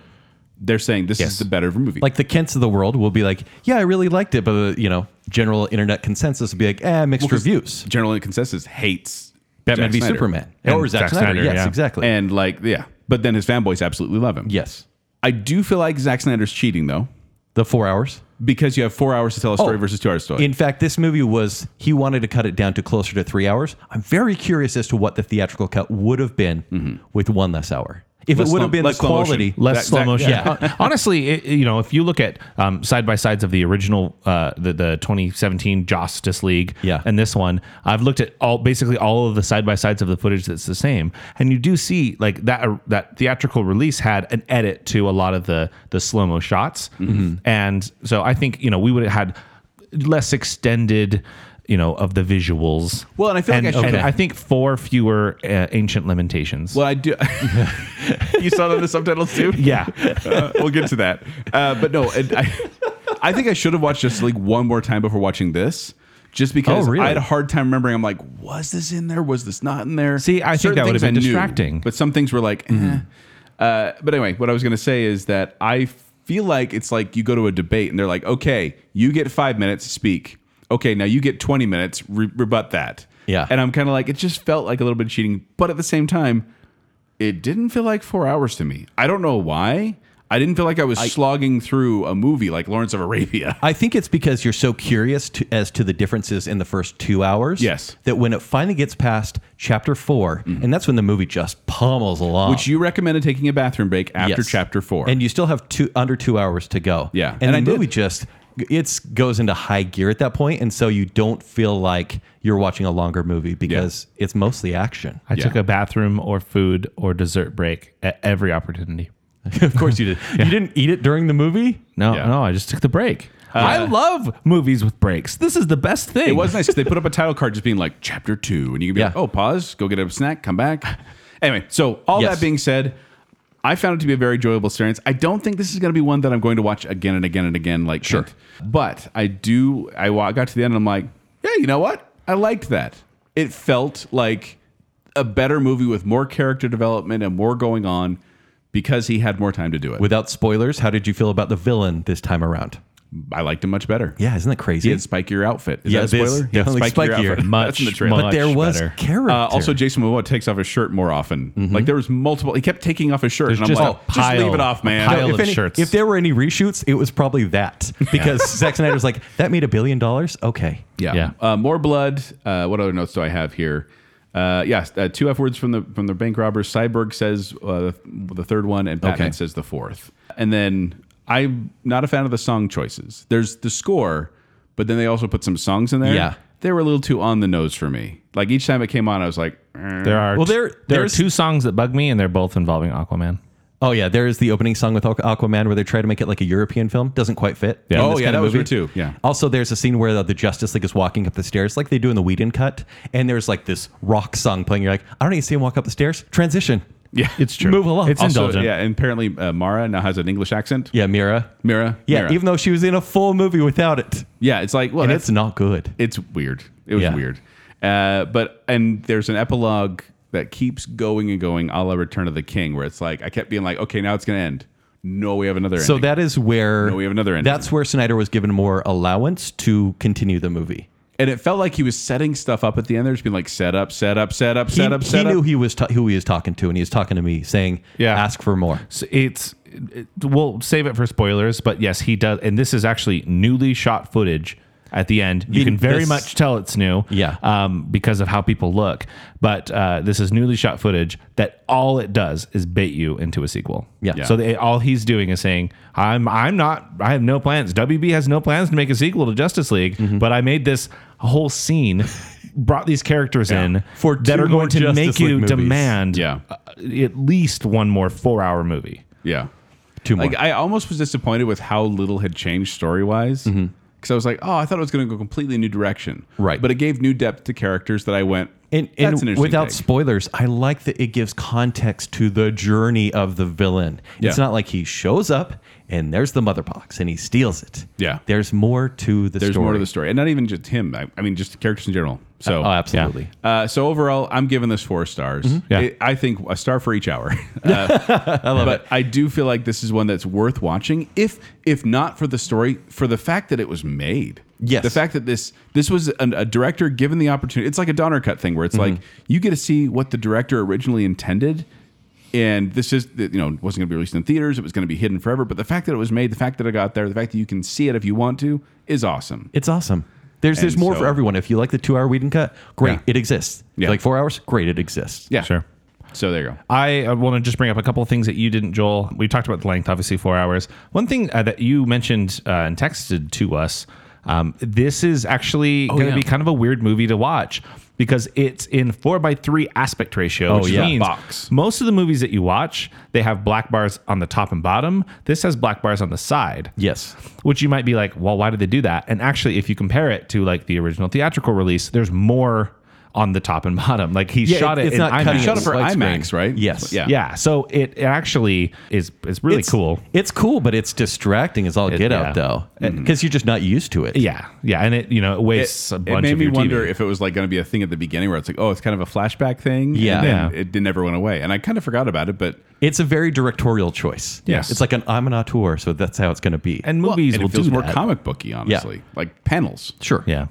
[SPEAKER 1] they're saying this
[SPEAKER 3] Yes.
[SPEAKER 1] is the better movie.
[SPEAKER 2] Like the Kents of the world will be like, yeah, I really liked it, but the you know general internet consensus will be like, eh, mixed
[SPEAKER 1] 'cause
[SPEAKER 2] reviews.
[SPEAKER 1] general consensus hates
[SPEAKER 2] Batman
[SPEAKER 1] Zack
[SPEAKER 2] v
[SPEAKER 1] Snyder.
[SPEAKER 2] Superman
[SPEAKER 3] And
[SPEAKER 2] or Zack,
[SPEAKER 3] Zack
[SPEAKER 2] Snyder.
[SPEAKER 3] Snyder,
[SPEAKER 2] Yes,
[SPEAKER 3] yeah.
[SPEAKER 2] exactly.
[SPEAKER 1] and like yeah. But then his fanboys absolutely love him.
[SPEAKER 2] yes,
[SPEAKER 1] I do feel like Zack Snyder's cheating though,
[SPEAKER 2] the four hours.
[SPEAKER 1] because you have four hours to tell a story
[SPEAKER 2] Oh.
[SPEAKER 1] versus two hours to tell. it.
[SPEAKER 2] In fact, this movie was he wanted to cut it down to closer to three hours. I'm very curious as to what the theatrical cut would have been with one less hour. If
[SPEAKER 1] Mm-hmm. Less
[SPEAKER 2] it would
[SPEAKER 1] slow-
[SPEAKER 2] have been the
[SPEAKER 1] less slow motion.
[SPEAKER 2] quality,
[SPEAKER 3] less
[SPEAKER 1] That-
[SPEAKER 3] slow
[SPEAKER 1] that-
[SPEAKER 3] motion.
[SPEAKER 2] yeah.
[SPEAKER 3] Hon- Honestly, it, you know, if you look at um, side by sides of the original, uh, the the 2017 Justice League,
[SPEAKER 2] Yeah.
[SPEAKER 3] and this one, I've looked at all basically all of the side by sides of the footage that's the same, and you do see like that uh, that theatrical release had an edit to a lot of the the slow mo shots,
[SPEAKER 1] Mm-hmm.
[SPEAKER 3] and so I think you know we would have had less extended. You know of the visuals.
[SPEAKER 1] Well, and I feel like
[SPEAKER 3] and,
[SPEAKER 1] I should-
[SPEAKER 3] and
[SPEAKER 1] Okay.
[SPEAKER 3] I think four fewer uh, ancient limitations.
[SPEAKER 1] Well, I do. you saw that in the subtitles too.
[SPEAKER 3] yeah,
[SPEAKER 1] Uh, we'll get to that. Uh, but no, and I, I think I should have watched Justice League one more time before watching this, just because
[SPEAKER 2] Oh, really?
[SPEAKER 1] I had a hard time remembering. I'm like, was this in there? Was this not in there?
[SPEAKER 3] See, I think that would
[SPEAKER 1] things
[SPEAKER 3] have been
[SPEAKER 1] I knew,
[SPEAKER 3] distracting.
[SPEAKER 1] but some things were like. eh.
[SPEAKER 2] Mm-hmm.
[SPEAKER 1] Uh, but anyway, what I was going to say is that I feel like it's like you go to a debate and they're like, okay, you get five minutes, speak. Okay, now you get 20 minutes, re- rebut that.
[SPEAKER 2] Yeah.
[SPEAKER 1] And I'm kind of like, it just felt like a little bit of cheating. But at the same time, it didn't feel like four hours to me. I don't know why. I didn't feel like I was slogging through a movie like Lawrence of Arabia.
[SPEAKER 2] I think it's because you're so curious to, as to the differences in the first two hours.
[SPEAKER 1] Yes. Mm-hmm.
[SPEAKER 2] That when it finally gets past chapter 4 and that's when the movie just pummels along.
[SPEAKER 1] Which you recommended taking a bathroom break after
[SPEAKER 2] Oh. Yes.
[SPEAKER 1] chapter four.
[SPEAKER 2] And you still have two under two hours to go.
[SPEAKER 1] Yeah.
[SPEAKER 2] And,
[SPEAKER 1] And
[SPEAKER 2] the
[SPEAKER 1] I did.
[SPEAKER 2] movie just it goes into high gear at that point, and so you don't feel like you're watching a longer movie because it's mostly action.
[SPEAKER 3] I
[SPEAKER 1] Yeah.
[SPEAKER 3] took a bathroom or food or dessert break at every opportunity.
[SPEAKER 2] of course you did. You didn't eat it during the movie.
[SPEAKER 3] No,
[SPEAKER 1] Yeah.
[SPEAKER 3] no, I just took the break.
[SPEAKER 2] Uh,
[SPEAKER 3] I love movies with breaks. This is the best thing.
[SPEAKER 1] it was nice 'cause they put up a title card just being like chapter two, and you can be like,
[SPEAKER 2] Yeah.
[SPEAKER 1] oh, pause, go get a snack, come back. Anyway, so all
[SPEAKER 2] Yes.
[SPEAKER 1] that being said, I found it to be a very enjoyable experience. I don't think this is going to be one that I'm going to watch again and again and again, like sure. But I do. I wa- got to the end, and I'm like, yeah, you know what? I liked that. It felt like a better movie with more character development and more going on because he had more time to do it.
[SPEAKER 2] Without spoilers, how did you feel about the villain this time around?
[SPEAKER 1] I liked him much better.
[SPEAKER 2] Yeah, isn't that
[SPEAKER 1] He
[SPEAKER 2] crazy?
[SPEAKER 1] had spikier outfit. Is
[SPEAKER 2] Yeah,
[SPEAKER 1] that a
[SPEAKER 2] it is
[SPEAKER 1] spoiler? He had
[SPEAKER 2] definitely spikier.
[SPEAKER 1] outfit. That's
[SPEAKER 3] Much,
[SPEAKER 1] in the trailer.
[SPEAKER 3] much
[SPEAKER 2] but there was
[SPEAKER 3] better.
[SPEAKER 2] character.
[SPEAKER 1] Uh, also, Jason Momoa takes off his shirt more often. Like there was multiple. He kept taking off his shirt, and I'm
[SPEAKER 3] Mm-hmm. just
[SPEAKER 1] like, "Oh,
[SPEAKER 3] a
[SPEAKER 1] just
[SPEAKER 3] pile-
[SPEAKER 1] leave it off, man.
[SPEAKER 3] a pile
[SPEAKER 1] No,
[SPEAKER 3] of
[SPEAKER 1] if any-
[SPEAKER 3] shirts.
[SPEAKER 2] if there were any reshoots, it was probably that because Zack Snyder's like that made a billion dollars. Okay,
[SPEAKER 1] Yeah.
[SPEAKER 3] Yeah.
[SPEAKER 1] Uh, more blood. Uh, what other notes do I have here? Uh, yes, uh, two F words from the from the bank robbers. Cyborg says uh, the third one, and Batman
[SPEAKER 2] Okay.
[SPEAKER 1] says the fourth. And then I'm not a fan of the song choices. There's the score, but then they also put some songs in there.
[SPEAKER 2] Yeah.
[SPEAKER 1] they were a little too on the nose for me. Like each time it came on, I was like, eh.
[SPEAKER 3] There
[SPEAKER 2] Well,
[SPEAKER 3] are
[SPEAKER 2] there-
[SPEAKER 3] well, there there are
[SPEAKER 2] there's-
[SPEAKER 3] two songs that bug me, and they're both involving Aquaman.
[SPEAKER 2] Oh yeah, there is the opening song with Aqu- Aquaman where they try to make it like a European film. Doesn't quite fit.
[SPEAKER 3] Yeah.
[SPEAKER 2] in
[SPEAKER 1] Oh,
[SPEAKER 2] this
[SPEAKER 1] yeah,
[SPEAKER 2] kind of
[SPEAKER 1] that was
[SPEAKER 2] movie.
[SPEAKER 1] weird, too. Yeah.
[SPEAKER 2] Also, there's a scene where the, the Justice League is walking up the stairs, like they do in the Whedon cut, and there's like this rock song playing. You're like, I don't even see him walk up the stairs. Transition.
[SPEAKER 1] yeah,
[SPEAKER 3] It's true.
[SPEAKER 2] Move along.
[SPEAKER 3] It's
[SPEAKER 1] also,
[SPEAKER 3] indulgent.
[SPEAKER 1] yeah. And apparently, uh, Mara now has an English accent.
[SPEAKER 2] Yeah, Mira.
[SPEAKER 1] Mira.
[SPEAKER 2] Yeah,
[SPEAKER 1] Mira.
[SPEAKER 2] even though she was in a full movie without it,
[SPEAKER 1] yeah, it's like well,
[SPEAKER 2] and
[SPEAKER 1] that's-
[SPEAKER 2] it's not good.
[SPEAKER 1] it's weird. It was
[SPEAKER 2] Yeah.
[SPEAKER 1] weird. Uh, but and there's an epilogue that keeps going and going, a la Return of the King, where it's like I kept being like, okay, now it's gonna end. No, we have another.
[SPEAKER 2] So
[SPEAKER 1] ending.
[SPEAKER 2] that is where
[SPEAKER 1] No, we have another ending.
[SPEAKER 2] That's where Snyder was given more allowance to continue the movie.
[SPEAKER 1] and it felt like he was setting stuff up at the end. There's been like set up, set up, set up,
[SPEAKER 2] He,
[SPEAKER 1] set up, set
[SPEAKER 2] he
[SPEAKER 1] up.
[SPEAKER 2] knew he was ta- who he was talking to, and he was talking to me, saying,
[SPEAKER 3] Yeah.
[SPEAKER 2] ask for more."
[SPEAKER 3] So it's it, we'll save it for spoilers, but yes, he does, and this is actually newly shot footage at the end. You
[SPEAKER 2] In
[SPEAKER 3] can very
[SPEAKER 2] this-
[SPEAKER 3] much tell it's new,
[SPEAKER 2] Yeah.
[SPEAKER 3] um, because of how people look. But uh, this is newly shot footage that all it does is bait you into a sequel.
[SPEAKER 2] Yeah.
[SPEAKER 3] So they, all he's doing is saying, "I'm I'm not. I have no plans. WB has no plans to make a sequel to Justice League,
[SPEAKER 2] Mm-hmm.
[SPEAKER 3] but I made this whole scene." Brought these characters in
[SPEAKER 2] For
[SPEAKER 3] that
[SPEAKER 2] two
[SPEAKER 3] are
[SPEAKER 2] more
[SPEAKER 3] going to
[SPEAKER 2] Justice
[SPEAKER 3] make you
[SPEAKER 2] League movies.
[SPEAKER 3] demand
[SPEAKER 1] Yeah.
[SPEAKER 3] uh, at least one more four-hour movie.
[SPEAKER 1] yeah,
[SPEAKER 2] Two more.
[SPEAKER 1] like I almost was disappointed with how little had changed story wise. Because I was like, oh, I thought it was going to go completely new direction.
[SPEAKER 2] Mm-hmm. Right.
[SPEAKER 1] But it gave new depth to characters that I went,
[SPEAKER 2] And,
[SPEAKER 1] That's an
[SPEAKER 2] and
[SPEAKER 1] interesting
[SPEAKER 2] without
[SPEAKER 1] take.
[SPEAKER 2] spoilers, I like that it gives context to the journey of the villain. It's
[SPEAKER 1] Yeah.
[SPEAKER 2] not like he shows up and there's the mother box and he steals it.
[SPEAKER 1] Yeah.
[SPEAKER 2] There's more to the
[SPEAKER 1] There's
[SPEAKER 2] story.
[SPEAKER 1] more to the story, and not even just him. I, I mean, just the characters in general. So,
[SPEAKER 2] Oh, absolutely. Mm-hmm.
[SPEAKER 1] uh, so overall, I'm giving this four stars.
[SPEAKER 3] Yeah.
[SPEAKER 1] It- I think a star for each hour. Uh, I love but I do feel like this is one that's worth watching. If if not for the story, for the fact that it was made.
[SPEAKER 2] Yes.
[SPEAKER 1] The fact that this this was an, a director given the opportunity. It's like a Donner cut thing where it's like
[SPEAKER 2] Mm-hmm.
[SPEAKER 1] you get to see what the director originally intended. And this is, you know, it wasn't going to be released in theaters. It was going to be hidden forever. But the fact that it was made, the fact that it got there, the fact that you can see it if you want to, is awesome.
[SPEAKER 2] It's awesome. There's there's
[SPEAKER 1] And
[SPEAKER 2] more
[SPEAKER 1] so-
[SPEAKER 2] for everyone. If you like the two hour Whedon cut, great,
[SPEAKER 3] Yeah.
[SPEAKER 2] it exists. If you
[SPEAKER 1] Yeah.
[SPEAKER 2] Like four hours, great, it exists.
[SPEAKER 1] Yeah,
[SPEAKER 3] Sure.
[SPEAKER 1] So there you go.
[SPEAKER 3] I uh, want to just bring up a couple of things that you didn't, Joel. We talked about the length, obviously, four hours. One thing uh, that you mentioned uh, and texted to us um, this is actually going to
[SPEAKER 2] yeah.
[SPEAKER 3] be kind of a weird movie to watch because it's in four by three aspect ratio, which
[SPEAKER 2] yeah.
[SPEAKER 3] means
[SPEAKER 1] Box.
[SPEAKER 3] most of the movies that you watch, they have black bars on the top and bottom. This has black bars on the side
[SPEAKER 2] Yes.
[SPEAKER 3] which you might be like, well, why did they do that? And actually, if you compare it to like the original theatrical release, there's more on the top and bottom. Like he
[SPEAKER 2] Yeah,
[SPEAKER 3] shot it,
[SPEAKER 2] it's
[SPEAKER 3] in
[SPEAKER 2] not cutting
[SPEAKER 3] IMAX.
[SPEAKER 1] Shot it for
[SPEAKER 2] Light
[SPEAKER 1] IMAX,
[SPEAKER 2] screen.
[SPEAKER 1] right?
[SPEAKER 2] Yes.
[SPEAKER 1] Yeah.
[SPEAKER 3] Yeah, so it, it actually is is really
[SPEAKER 2] It's-
[SPEAKER 3] cool.
[SPEAKER 2] It's cool, but it's distracting as all get out
[SPEAKER 3] yeah.
[SPEAKER 2] though.
[SPEAKER 1] Mm-hmm.
[SPEAKER 2] Because you're just not used to it.
[SPEAKER 3] Yeah, yeah, and it you know it wastes a
[SPEAKER 1] It
[SPEAKER 3] bunch
[SPEAKER 1] made
[SPEAKER 3] of
[SPEAKER 1] me
[SPEAKER 3] your
[SPEAKER 1] wonder
[SPEAKER 3] TV.
[SPEAKER 1] if it was like going to be a thing at the beginning where it's like, oh, it's kind of a flashback thing.
[SPEAKER 2] Yeah.
[SPEAKER 1] And then
[SPEAKER 3] Yeah.
[SPEAKER 1] It did- never went away, and I kind of forgot about it, but
[SPEAKER 2] It's a very directorial choice.
[SPEAKER 3] Yes.
[SPEAKER 2] It's like an I'm an auteur, so that's how it's gonna be.
[SPEAKER 3] and movies
[SPEAKER 1] and
[SPEAKER 3] will
[SPEAKER 1] it feels
[SPEAKER 3] do
[SPEAKER 1] more
[SPEAKER 3] that.
[SPEAKER 1] comic booky, honestly, like panels.
[SPEAKER 2] sure.
[SPEAKER 3] Yeah.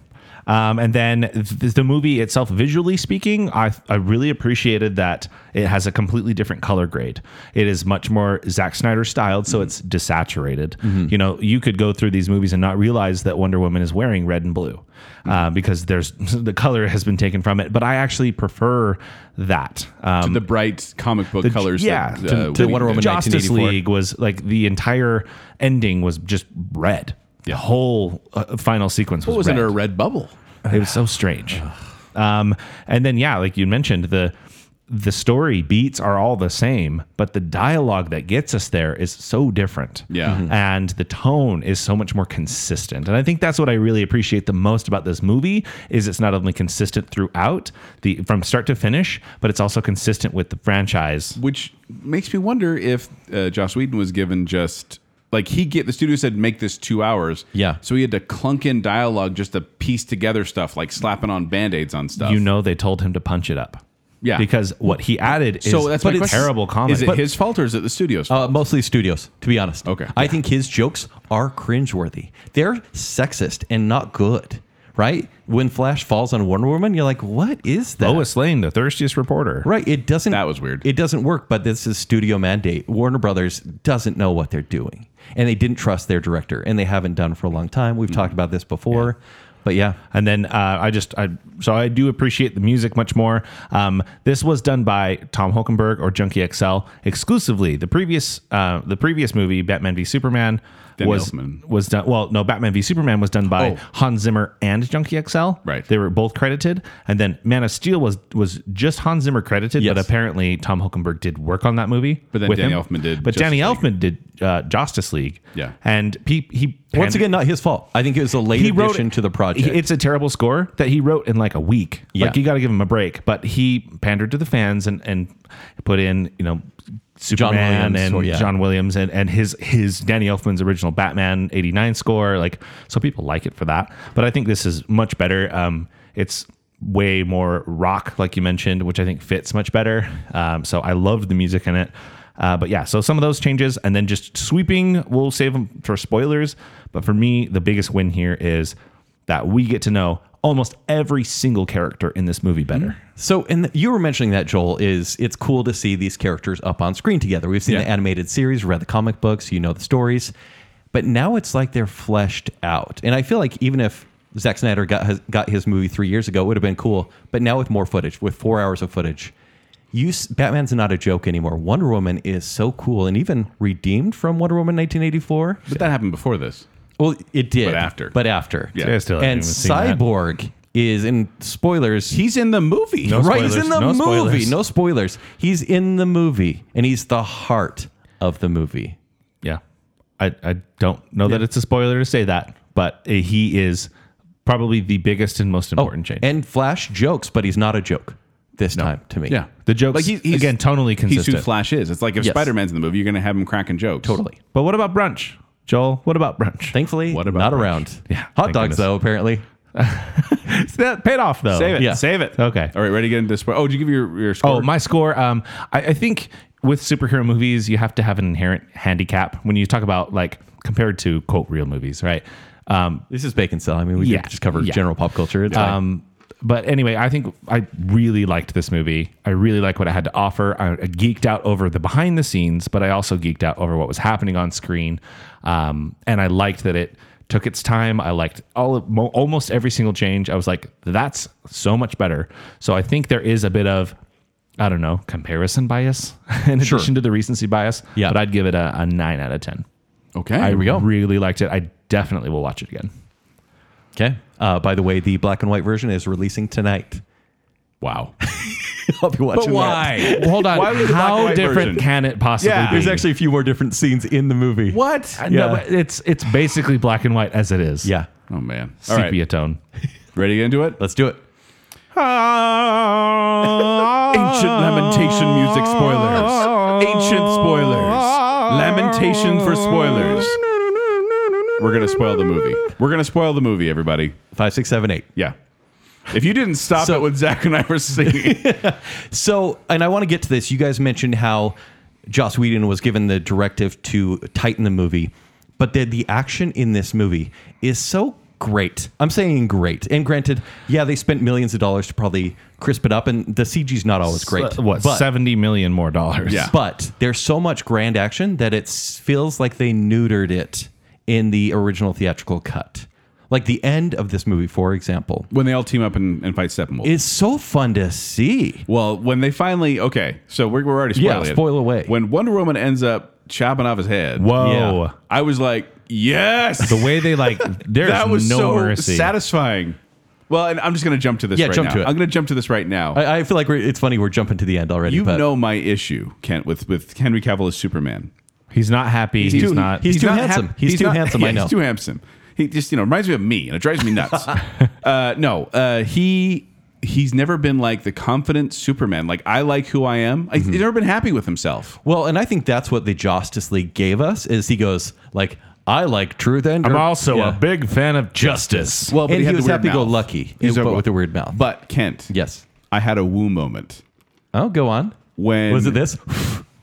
[SPEAKER 3] Um, and then th- the movie itself, visually speaking, I, I really appreciated that it has a completely different color grade. It is much more Zack Snyder styled, so
[SPEAKER 1] Mm-hmm.
[SPEAKER 3] it's desaturated. You know, you could go through these movies and not realize that Wonder Woman is wearing red and blue
[SPEAKER 1] Mm-hmm.
[SPEAKER 3] uh, because there's the color has been taken from it. But I actually prefer that. Um,
[SPEAKER 1] the bright comic book colors.
[SPEAKER 3] yeah,
[SPEAKER 1] that,
[SPEAKER 3] to-
[SPEAKER 1] uh,
[SPEAKER 2] to
[SPEAKER 1] we-
[SPEAKER 2] Wonder Woman
[SPEAKER 3] Justice
[SPEAKER 2] 1984.
[SPEAKER 3] League was like the entire ending was just red. The whole uh, final sequence was,
[SPEAKER 1] What was
[SPEAKER 3] red.
[SPEAKER 1] under a red bubble?
[SPEAKER 3] It was so strange. Um, and then yeah, like you mentioned, the the story beats are all the same, but the dialogue that gets us there is so different.
[SPEAKER 1] Yeah. Mhm.
[SPEAKER 3] And the tone is so much more consistent. And I think that's what I really appreciate the most about this movie is it's not only consistent throughout the from start to finish, but it's also consistent with the franchise.
[SPEAKER 1] Which makes me wonder if uh, Joss Whedon was given just like he get the studio said make this two hours.
[SPEAKER 2] Yeah.
[SPEAKER 1] So he had to clunk in dialogue just to piece together stuff like slapping on band aids on stuff.
[SPEAKER 3] You know they told him to punch it up.
[SPEAKER 1] Yeah.
[SPEAKER 3] Because what he added is
[SPEAKER 1] So that's my
[SPEAKER 3] but it's
[SPEAKER 1] question.
[SPEAKER 3] terrible comedy.
[SPEAKER 1] Is it
[SPEAKER 3] But-
[SPEAKER 1] his fault or is it the studio's? Oh. fault?
[SPEAKER 2] Uh, mostly studios, to be honest.
[SPEAKER 1] Okay.
[SPEAKER 2] I think his jokes are cringeworthy. They're sexist and not good, right? When Flash falls on Wonder Woman, you're like, what is that?
[SPEAKER 3] Lois Lane, the thirstiest reporter.
[SPEAKER 2] Right. It doesn't.
[SPEAKER 1] That was weird.
[SPEAKER 2] It doesn't work, but this is studio mandate. Warner Brothers doesn't know what they're doing, and they didn't trust their director, and they haven't done for a long time. We've talked about this before, but yeah,
[SPEAKER 3] And then uh, I just I so I do appreciate the music much more. Um, this was done by Tom Hulkenberg or Junkie XL exclusively. The previous uh, the previous movie Batman v Superman
[SPEAKER 1] Danny
[SPEAKER 3] was
[SPEAKER 1] Elfman.
[SPEAKER 3] was done. Well, no, Batman v Superman was done by
[SPEAKER 1] Oh.
[SPEAKER 3] Hans Zimmer and Junkie XL.
[SPEAKER 1] Right.
[SPEAKER 3] they were both credited. And then Man of Steel was was just Hans Zimmer credited, but
[SPEAKER 2] Yes.
[SPEAKER 3] apparently Tom Hulkenberg did work on that movie.
[SPEAKER 1] But then
[SPEAKER 3] with
[SPEAKER 1] Danny
[SPEAKER 3] him.
[SPEAKER 1] Elfman did
[SPEAKER 3] But Danny
[SPEAKER 1] Justice
[SPEAKER 3] Elfman did uh, Justice League.
[SPEAKER 1] Yeah.
[SPEAKER 3] and he he
[SPEAKER 2] once again, not his fault. I think it was a late addition to the project.
[SPEAKER 3] it's a terrible score that he wrote in like a week.
[SPEAKER 2] Yeah.
[SPEAKER 3] Like you got to give him a break. But he pandered to the fans and and put in you know Superman
[SPEAKER 2] Williams,
[SPEAKER 3] and
[SPEAKER 2] or- yeah.
[SPEAKER 3] John Williams and and his his Danny Elfman's original Batman '89 score. Like so people like it for that. But I think this is much better. Um, it's way more rock, like you mentioned, which I think fits much better. Um, so I loved the music in it. Uh, but yeah, so some of those changes, and then just sweeping, we'll save them for spoilers. But for me, the biggest win here is that we get to know almost every single character in this movie better.
[SPEAKER 2] So, and th- you were mentioning that Joel is it's cool to see these characters up on screen together. We've seen
[SPEAKER 1] Yeah.
[SPEAKER 2] the animated series, read the comic books, you know the stories, but now it's like they're fleshed out. And I feel like even if Zack Snyder got his, got his movie three years ago, it would have been cool. But now with more footage, with four hours of footage, you s- Batman's not a joke anymore. Wonder Woman is so cool and even redeemed from Wonder Woman 1984.
[SPEAKER 1] but that happened before this.
[SPEAKER 2] Well, it did,
[SPEAKER 1] after.
[SPEAKER 2] but after,
[SPEAKER 1] Yeah. I
[SPEAKER 3] still haven't
[SPEAKER 2] and
[SPEAKER 3] even seen that.
[SPEAKER 2] Cyborg is in spoilers.
[SPEAKER 1] He's in the movie.
[SPEAKER 2] right, he's
[SPEAKER 3] spoilers.
[SPEAKER 2] in the
[SPEAKER 3] No
[SPEAKER 2] movie.
[SPEAKER 3] spoilers.
[SPEAKER 2] No spoilers. He's in the movie, and he's the heart of the movie.
[SPEAKER 3] Yeah. I, I don't know that it's a spoiler to say that, but uh, he is probably the biggest
[SPEAKER 1] Oh,
[SPEAKER 3] and most important change.
[SPEAKER 2] And Flash jokes, but he's not a joke this time to me.
[SPEAKER 1] Yeah.
[SPEAKER 3] the jokes again tonally
[SPEAKER 1] He's who
[SPEAKER 3] consistent.
[SPEAKER 1] Flash is. It's like if
[SPEAKER 2] Yes.
[SPEAKER 1] Spider Man's in the movie, you're going to have him cracking jokes.
[SPEAKER 2] Totally.
[SPEAKER 3] but what about brunch, Joel? What about brunch?
[SPEAKER 2] Thankfully,
[SPEAKER 1] What about
[SPEAKER 2] not
[SPEAKER 1] brunch?
[SPEAKER 2] around.
[SPEAKER 3] Yeah,
[SPEAKER 2] Hot
[SPEAKER 3] thank
[SPEAKER 2] dogs,
[SPEAKER 3] goodness.
[SPEAKER 2] though, apparently.
[SPEAKER 3] that paid off though.
[SPEAKER 1] Save it.
[SPEAKER 2] Yeah.
[SPEAKER 1] Save it.
[SPEAKER 3] Okay.
[SPEAKER 1] All right. Ready to get into spoil? Oh, did you give your, your score?
[SPEAKER 3] Oh, my score. Um, I, I think with superhero movies, you have to have an inherent handicap when you talk about like compared to quote real movies, right? Um,
[SPEAKER 2] This is Bacon Cell. I mean, we
[SPEAKER 3] Yeah,
[SPEAKER 2] did just cover
[SPEAKER 3] yeah.
[SPEAKER 2] general pop culture. It's fine.
[SPEAKER 3] um, but anyway, I think I really liked this movie. I really like what it had to offer. I, I geeked out over the behind the scenes, but I also geeked out over what was happening on screen. Um, and I liked that it took its time. I liked all of, mo- almost every single change. I was like, that's so much better. So I think there is a bit of I don't know comparison bias in addition to the recency bias.
[SPEAKER 2] Yeah.
[SPEAKER 3] but I'd give it a, a nine out of ten.
[SPEAKER 1] okay.
[SPEAKER 3] I
[SPEAKER 1] Here
[SPEAKER 3] really liked it. I definitely will watch it again.
[SPEAKER 2] Okay. Uh, by the way, the black and white version is releasing tonight.
[SPEAKER 1] Wow.
[SPEAKER 2] I'll be watching that.
[SPEAKER 3] Well, hold on.
[SPEAKER 1] Why was the black and
[SPEAKER 3] How
[SPEAKER 1] white
[SPEAKER 3] different
[SPEAKER 1] version?
[SPEAKER 3] can it possibly
[SPEAKER 1] Yeah.
[SPEAKER 3] be?
[SPEAKER 2] There's actually a few more different scenes in the movie.
[SPEAKER 1] What?
[SPEAKER 3] I know,
[SPEAKER 2] Yeah.
[SPEAKER 3] but it's it's basically black and white as it is.
[SPEAKER 2] Yeah.
[SPEAKER 1] Oh, man. All
[SPEAKER 3] Sepia
[SPEAKER 1] right.
[SPEAKER 3] tone.
[SPEAKER 1] Ready to get into it?
[SPEAKER 2] Let's do it.
[SPEAKER 1] Ancient lamentation music spoilers. Ancient spoilers. Lamentation for spoilers. We're going to spoil the movie. We're going to spoil the movie, everybody.
[SPEAKER 2] Five, six, seven, eight.
[SPEAKER 1] Yeah. If you didn't stop
[SPEAKER 2] So-
[SPEAKER 1] it when Zach and I were singing,
[SPEAKER 2] So, and I want to get to this. You guys mentioned how Joss Whedon was given the directive to tighten the movie, but the, the action in this movie is so great. I'm saying great. And granted, yeah, they spent millions of dollars to probably crisp it up, and the CG's not always great.
[SPEAKER 3] Uh, what
[SPEAKER 2] But-
[SPEAKER 3] seventy million more dollars?
[SPEAKER 1] Yeah.
[SPEAKER 2] But there's so much grand action that it s- feels like they neutered it in the original theatrical cut. Like the end of this movie, for example,
[SPEAKER 1] when they all team up and, and fight Steppenwolf.
[SPEAKER 2] is so fun to see.
[SPEAKER 1] well, when they finally, okay, so we're, we're already
[SPEAKER 2] Yeah,
[SPEAKER 1] spoiling it.
[SPEAKER 2] spoil away.
[SPEAKER 1] When Wonder Woman ends up chopping off his head,
[SPEAKER 3] Whoa.
[SPEAKER 1] I was like, yes.
[SPEAKER 3] The way they like there's
[SPEAKER 1] that was
[SPEAKER 3] no
[SPEAKER 1] so
[SPEAKER 3] mercy.
[SPEAKER 1] satisfying. Well, and I'm just going to jump to this
[SPEAKER 2] Yeah,
[SPEAKER 1] right
[SPEAKER 2] jump
[SPEAKER 1] now.
[SPEAKER 2] to it.
[SPEAKER 1] I'm going to jump to this right now.
[SPEAKER 2] I, I feel like we're, it's funny we're jumping to the end already.
[SPEAKER 1] You
[SPEAKER 2] but
[SPEAKER 1] know my issue, Kent, with with Henry Cavill as Superman.
[SPEAKER 3] he's not happy. He's,
[SPEAKER 2] too-
[SPEAKER 3] not.
[SPEAKER 2] he's- too
[SPEAKER 1] not
[SPEAKER 2] handsome. He's too
[SPEAKER 1] not-
[SPEAKER 2] handsome,
[SPEAKER 1] yeah,
[SPEAKER 2] I know.
[SPEAKER 1] He's too handsome. He just you know reminds me of me, and it drives me nuts. uh, no, uh, he he's never been like the confident Superman. Like I like who I am.
[SPEAKER 2] Mm-hmm.
[SPEAKER 1] I- He's never been happy with himself.
[SPEAKER 2] Well, and I think that's what the Justice League gave us is he goes like, I like truth and
[SPEAKER 3] I'm
[SPEAKER 2] or-
[SPEAKER 3] also
[SPEAKER 2] Yeah.
[SPEAKER 3] a big fan of justice.
[SPEAKER 1] Well, but he
[SPEAKER 2] and he,
[SPEAKER 1] had the
[SPEAKER 2] was
[SPEAKER 1] weird
[SPEAKER 2] happy go
[SPEAKER 1] mouth.
[SPEAKER 2] lucky,
[SPEAKER 1] He's
[SPEAKER 2] but
[SPEAKER 1] a-
[SPEAKER 2] with a weird mouth.
[SPEAKER 1] But Kent,
[SPEAKER 2] yes,
[SPEAKER 1] I had a woo moment
[SPEAKER 2] oh, go on.
[SPEAKER 1] when
[SPEAKER 2] Was it this?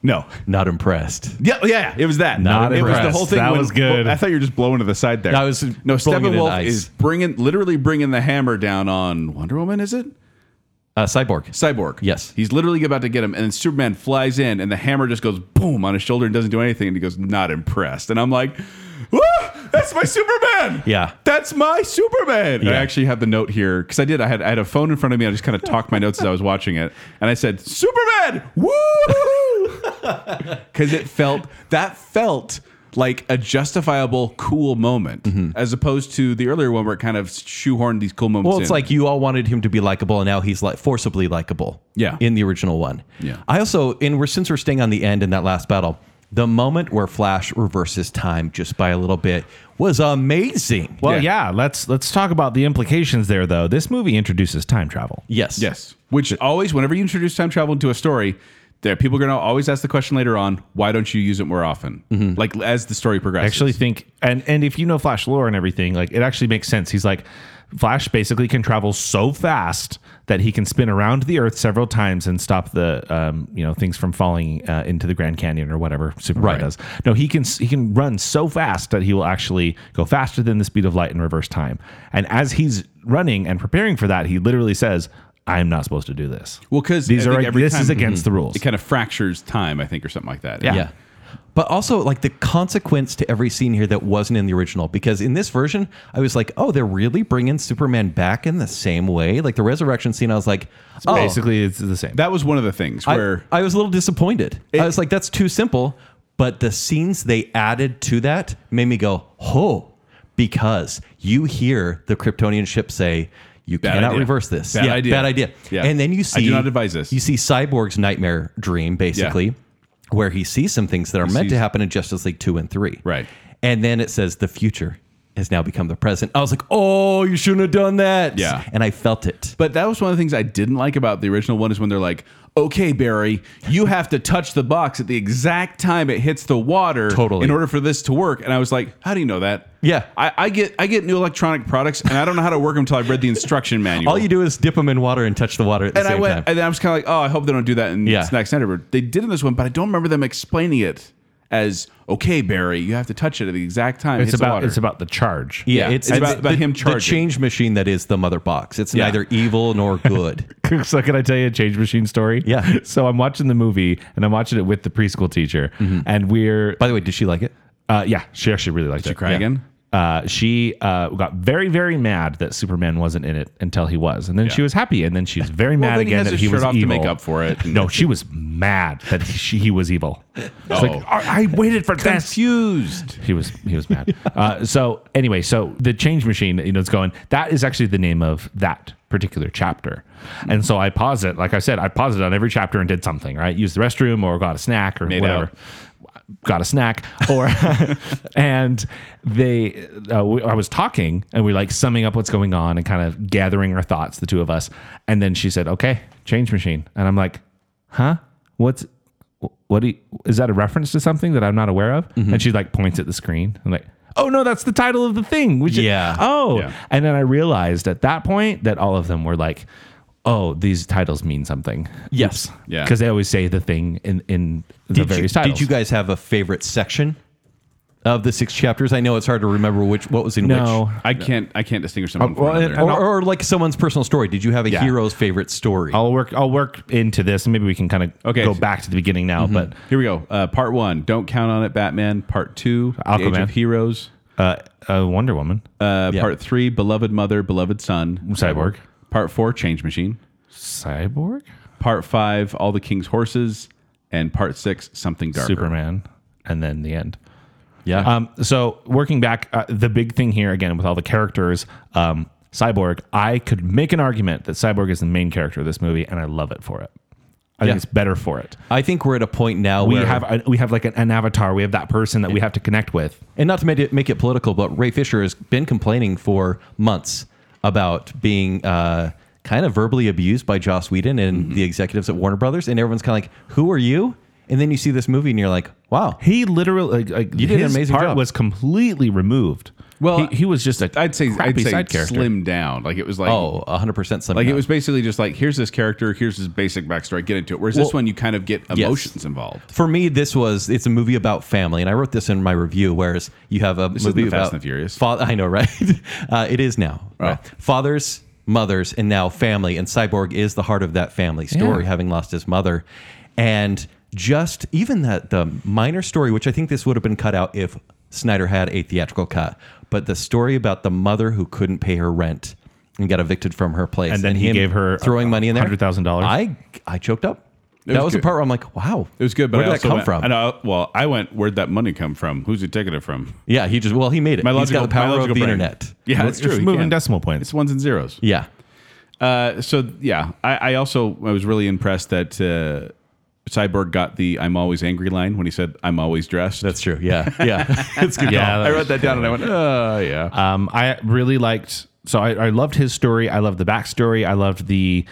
[SPEAKER 1] No,
[SPEAKER 2] Not impressed.
[SPEAKER 1] Yeah, yeah, yeah, it was that.
[SPEAKER 2] Not
[SPEAKER 1] it was the
[SPEAKER 2] impressed.
[SPEAKER 1] whole thing.
[SPEAKER 3] That
[SPEAKER 1] when-
[SPEAKER 3] was good.
[SPEAKER 1] I thought you were just blowing to the side there.
[SPEAKER 2] I was
[SPEAKER 1] no.
[SPEAKER 2] blowing it in
[SPEAKER 1] Steppenwolf
[SPEAKER 2] ice.
[SPEAKER 1] is bringing, literally bringing the hammer down on Wonder Woman. Is it
[SPEAKER 2] Uh, cyborg.
[SPEAKER 1] Cyborg?
[SPEAKER 2] Yes.
[SPEAKER 1] He's literally about to get him, and then Superman flies in, and the hammer just goes boom on his shoulder and doesn't do anything. And he goes, "Not impressed." And I'm like, "Woo! That's my Superman."
[SPEAKER 2] Yeah.
[SPEAKER 1] that's my Superman. I
[SPEAKER 2] Yeah.
[SPEAKER 1] actually have the note here because I did. I had I had a phone in front of me. I just kind of talked my notes as I was watching it, and I said, "Superman, woo!" because it felt that felt like a justifiable cool moment
[SPEAKER 2] Mm-hmm.
[SPEAKER 1] as opposed to the earlier one where it kind of shoehorned these cool moments
[SPEAKER 2] Well, it's
[SPEAKER 1] in.
[SPEAKER 2] like you all wanted him to be likable, and now he's like forcibly likable.
[SPEAKER 1] Yeah.
[SPEAKER 2] In the original one.
[SPEAKER 1] Yeah.
[SPEAKER 2] I also, and we're since we're staying on the end in that last battle, the moment where Flash reverses time just by a little bit was amazing.
[SPEAKER 3] Well,
[SPEAKER 1] Yeah.
[SPEAKER 3] yeah. Let's let's talk about the implications there, though. This movie introduces time travel.
[SPEAKER 2] yes.
[SPEAKER 1] yes which always whenever you introduce time travel into a story there people are going to always ask the question later on why don't you use it more often like as the story progresses
[SPEAKER 3] Mm-hmm. actually think and and if you know Flash lore and everything, like it actually makes sense. He's like Flash basically can travel so fast that he can spin around the Earth several times and stop the um, you know things from falling uh, into the Grand Canyon or whatever Superman
[SPEAKER 2] Right.
[SPEAKER 3] does. No, he can he can run so fast that he will actually go faster than the speed of light in reverse time. And as he's running and preparing for that, he literally says, "I'm not supposed to do this."
[SPEAKER 1] well because
[SPEAKER 3] These are this is against the rules.
[SPEAKER 1] hmm, it kind of fractures time i think or something like that
[SPEAKER 3] Yeah.
[SPEAKER 2] Yeah. But also, like the consequence to every scene here that wasn't in the original, because in this version, I was like, "Oh, they're really bringing Superman back in the same way." Like the resurrection scene, I was like, "Oh,
[SPEAKER 3] Basically, it's the same.
[SPEAKER 1] that was one of the things
[SPEAKER 2] I-
[SPEAKER 1] where
[SPEAKER 2] I, was a little disappointed. I was like, that's too simple. But the scenes they added to that made me go, oh, because you hear the Kryptonian ship say, you
[SPEAKER 1] Bad
[SPEAKER 2] cannot
[SPEAKER 1] idea.
[SPEAKER 2] reverse this.
[SPEAKER 1] Bad idea.
[SPEAKER 2] Bad idea.
[SPEAKER 1] Yeah.
[SPEAKER 2] And then you
[SPEAKER 1] I
[SPEAKER 2] see
[SPEAKER 1] do not advise this.
[SPEAKER 2] You see Cyborg's nightmare dream, basically, where he sees some things that are meant to
[SPEAKER 1] sees-
[SPEAKER 2] happen in Justice League 2 and 3.
[SPEAKER 1] Right.
[SPEAKER 2] And then it says the future. has now become the president. I was like, oh, you shouldn't have done that.
[SPEAKER 1] Yeah.
[SPEAKER 2] And I felt it.
[SPEAKER 1] But that was one of the things I didn't like about the original one is when they're like, "Okay, Barry, you have to touch the box at the exact time it hits the water,
[SPEAKER 2] Totally.
[SPEAKER 1] in order for this to work." And I was like, "How do you know that?"
[SPEAKER 2] Yeah.
[SPEAKER 1] I, I get I get new electronic products, and I don't know how to work them until I read the instruction manual.
[SPEAKER 2] All you do is dip them in water and touch the water at the
[SPEAKER 1] and
[SPEAKER 2] same
[SPEAKER 1] I went,
[SPEAKER 2] time.
[SPEAKER 1] and I was kind of like, "Oh, I hope they don't do that in
[SPEAKER 2] Yeah.
[SPEAKER 1] Snack Center." But they did in this one, but I don't remember them explaining it as, "Okay, Barry, you have to touch it at the exact time it
[SPEAKER 3] It's
[SPEAKER 1] hits the
[SPEAKER 3] about
[SPEAKER 1] water."
[SPEAKER 3] it's about the charge.
[SPEAKER 2] yeah,
[SPEAKER 1] it's about- about
[SPEAKER 2] the-
[SPEAKER 1] him
[SPEAKER 2] The
[SPEAKER 1] charging.
[SPEAKER 2] change machine that is the mother box. It's neither evil nor good.
[SPEAKER 3] so can I tell you a change machine story?
[SPEAKER 2] Yeah.
[SPEAKER 3] So I'm watching the movie and I'm watching it with the preschool teacher,
[SPEAKER 1] Mm-hmm.
[SPEAKER 3] and we're
[SPEAKER 2] By the way, did she like it?
[SPEAKER 3] uh, yeah, she actually really liked it.
[SPEAKER 1] cry
[SPEAKER 3] Yeah.
[SPEAKER 1] again?
[SPEAKER 3] Uh, she uh, got very, very mad that Superman wasn't in it until he was, and then she was happy, and then she was very mad
[SPEAKER 1] then he
[SPEAKER 3] again
[SPEAKER 1] has
[SPEAKER 3] that
[SPEAKER 1] his
[SPEAKER 3] he
[SPEAKER 1] shirt
[SPEAKER 3] was
[SPEAKER 1] off to
[SPEAKER 3] evil.
[SPEAKER 1] make up for it.
[SPEAKER 3] No, she was mad that she, he was evil. She's
[SPEAKER 1] Oh.
[SPEAKER 3] like, I, I waited for this.
[SPEAKER 1] confused.
[SPEAKER 3] He was he was mad. uh, so anyway, so the change machine, you know, it's going. That is actually the name of that particular chapter. And so I paused it. Like I said, I paused it on every chapter and did something. Right, used the restroom or got a snack or whatever.
[SPEAKER 1] out.
[SPEAKER 3] Got a snack, or and they, uh, we, I was talking and we were like summing up what's going on and kind of gathering our thoughts, the two of us. And then she said, "Okay, change machine," and I'm like, "Huh? What's what do you, is that a reference to something that I'm not aware of? And she like points at the screen. I'm like, oh no, that's the title of the thing. We should,
[SPEAKER 2] Yeah.
[SPEAKER 3] Oh,
[SPEAKER 1] Yeah.
[SPEAKER 3] and then I realized at that point that all of them were like, oh, these titles mean something.
[SPEAKER 2] Yes.
[SPEAKER 1] Yeah.
[SPEAKER 3] Because they always say the thing in in the
[SPEAKER 2] Did you,
[SPEAKER 3] various
[SPEAKER 2] did
[SPEAKER 3] titles.
[SPEAKER 2] you guys have a favorite section of the six chapters? I know it's hard to remember which what was in
[SPEAKER 3] No.
[SPEAKER 1] I can't I can't distinguish someone
[SPEAKER 3] Uh,
[SPEAKER 1] from
[SPEAKER 3] well, it-
[SPEAKER 2] which,
[SPEAKER 1] another.
[SPEAKER 3] And
[SPEAKER 2] or, or like someone's personal story. Did you have a
[SPEAKER 3] Yeah.
[SPEAKER 2] hero's favorite story?
[SPEAKER 3] I'll work. I'll work into this, and maybe we can kind of
[SPEAKER 1] Okay.
[SPEAKER 3] go back to the beginning now.
[SPEAKER 2] Mm-hmm.
[SPEAKER 3] But
[SPEAKER 1] Here we go. Uh, part one, Don't Count on It, Batman. Part two, The Age
[SPEAKER 3] Aquaman.
[SPEAKER 1] of Heroes.
[SPEAKER 3] uh, uh, Wonder Woman,
[SPEAKER 1] Uh,
[SPEAKER 2] Yeah.
[SPEAKER 1] Part three, Beloved Mother, Beloved Son.
[SPEAKER 3] Cyborg.
[SPEAKER 1] Part four, Change Machine.
[SPEAKER 3] Cyborg,
[SPEAKER 1] Part five, All the King's Horses. And part six, Something Darker.
[SPEAKER 3] Superman, and then the end.
[SPEAKER 2] yeah.
[SPEAKER 3] Um, so working back, uh, the big thing here again with all the characters, um, Cyborg. I could make an argument that Cyborg is the main character of this movie, and I love it for it. I
[SPEAKER 2] Yeah.
[SPEAKER 3] think it's better for it.
[SPEAKER 2] I think we're at a point now
[SPEAKER 3] We
[SPEAKER 2] where
[SPEAKER 3] have a, we have like an, an avatar. We have that person that we have to connect with.
[SPEAKER 2] And not to make it, make it political, but Ray Fisher has been complaining for months about being uh, kind of verbally abused by Joss Whedon and
[SPEAKER 1] Mm-hmm.
[SPEAKER 2] the executives at Warner Brothers. And everyone's kind of like, who are you? And then you see this movie and you're like, wow.
[SPEAKER 3] He literally, like, like
[SPEAKER 2] You did an
[SPEAKER 3] his
[SPEAKER 2] amazing
[SPEAKER 3] part
[SPEAKER 2] job.
[SPEAKER 3] was completely removed.
[SPEAKER 1] Well,
[SPEAKER 3] he, he was just a
[SPEAKER 1] I'd say I'd
[SPEAKER 3] crappy
[SPEAKER 1] say
[SPEAKER 3] side character.
[SPEAKER 1] slim down. Like it was like
[SPEAKER 2] Oh, 100% something.
[SPEAKER 1] like it was basically just like here's this character, here's his basic backstory, get into it. Whereas this
[SPEAKER 2] Well,
[SPEAKER 1] one you kind of get emotions involved.
[SPEAKER 2] For me, this was it's a movie about family, and I wrote this in my review. Whereas you have a
[SPEAKER 1] isn't
[SPEAKER 2] movie
[SPEAKER 1] the Fast
[SPEAKER 2] about
[SPEAKER 1] and the Furious. Oh.
[SPEAKER 2] fa- I know, right? Uh, it is now. Right? Fathers, mothers, and now family. And Cyborg is the heart of that family story,
[SPEAKER 3] Yeah.
[SPEAKER 2] having lost his mother, and just even that the minor story, which I think this would have been cut out if Snyder had a theatrical cut, but the story about the mother who couldn't pay her rent and got evicted from her place,
[SPEAKER 3] And then he
[SPEAKER 2] him
[SPEAKER 3] gave her
[SPEAKER 2] throwing money in there,
[SPEAKER 3] $100,000.
[SPEAKER 2] I I choked up.
[SPEAKER 1] It
[SPEAKER 2] that
[SPEAKER 1] was
[SPEAKER 2] was the
[SPEAKER 1] good.
[SPEAKER 2] part where I'm like, wow,
[SPEAKER 1] It was good, but
[SPEAKER 2] where
[SPEAKER 1] I
[SPEAKER 2] did that
[SPEAKER 1] also
[SPEAKER 2] come
[SPEAKER 1] went-
[SPEAKER 2] from?
[SPEAKER 1] I know, well, I went, where'd that money come from? Who's he taking it from?
[SPEAKER 2] Yeah, he just well, he made it.
[SPEAKER 1] My
[SPEAKER 2] He's
[SPEAKER 1] logical,
[SPEAKER 2] got the power
[SPEAKER 1] my
[SPEAKER 2] of the
[SPEAKER 1] logical brain.
[SPEAKER 2] internet.
[SPEAKER 1] Yeah, that's
[SPEAKER 3] It's
[SPEAKER 1] true. You
[SPEAKER 3] moving
[SPEAKER 1] can't-
[SPEAKER 3] decimal points.
[SPEAKER 1] It's ones and zeros.
[SPEAKER 2] Yeah,
[SPEAKER 1] Uh, so yeah, I, I also I was really impressed that uh, Cyborg got the "I'm always angry" line when he said "I'm always dressed."
[SPEAKER 2] that's true. Yeah, yeah, it's good.
[SPEAKER 3] Yeah,
[SPEAKER 1] I wrote that down and I went, "Oh yeah."
[SPEAKER 3] Um, I really liked. So I, I loved his story. I loved the backstory. I loved the,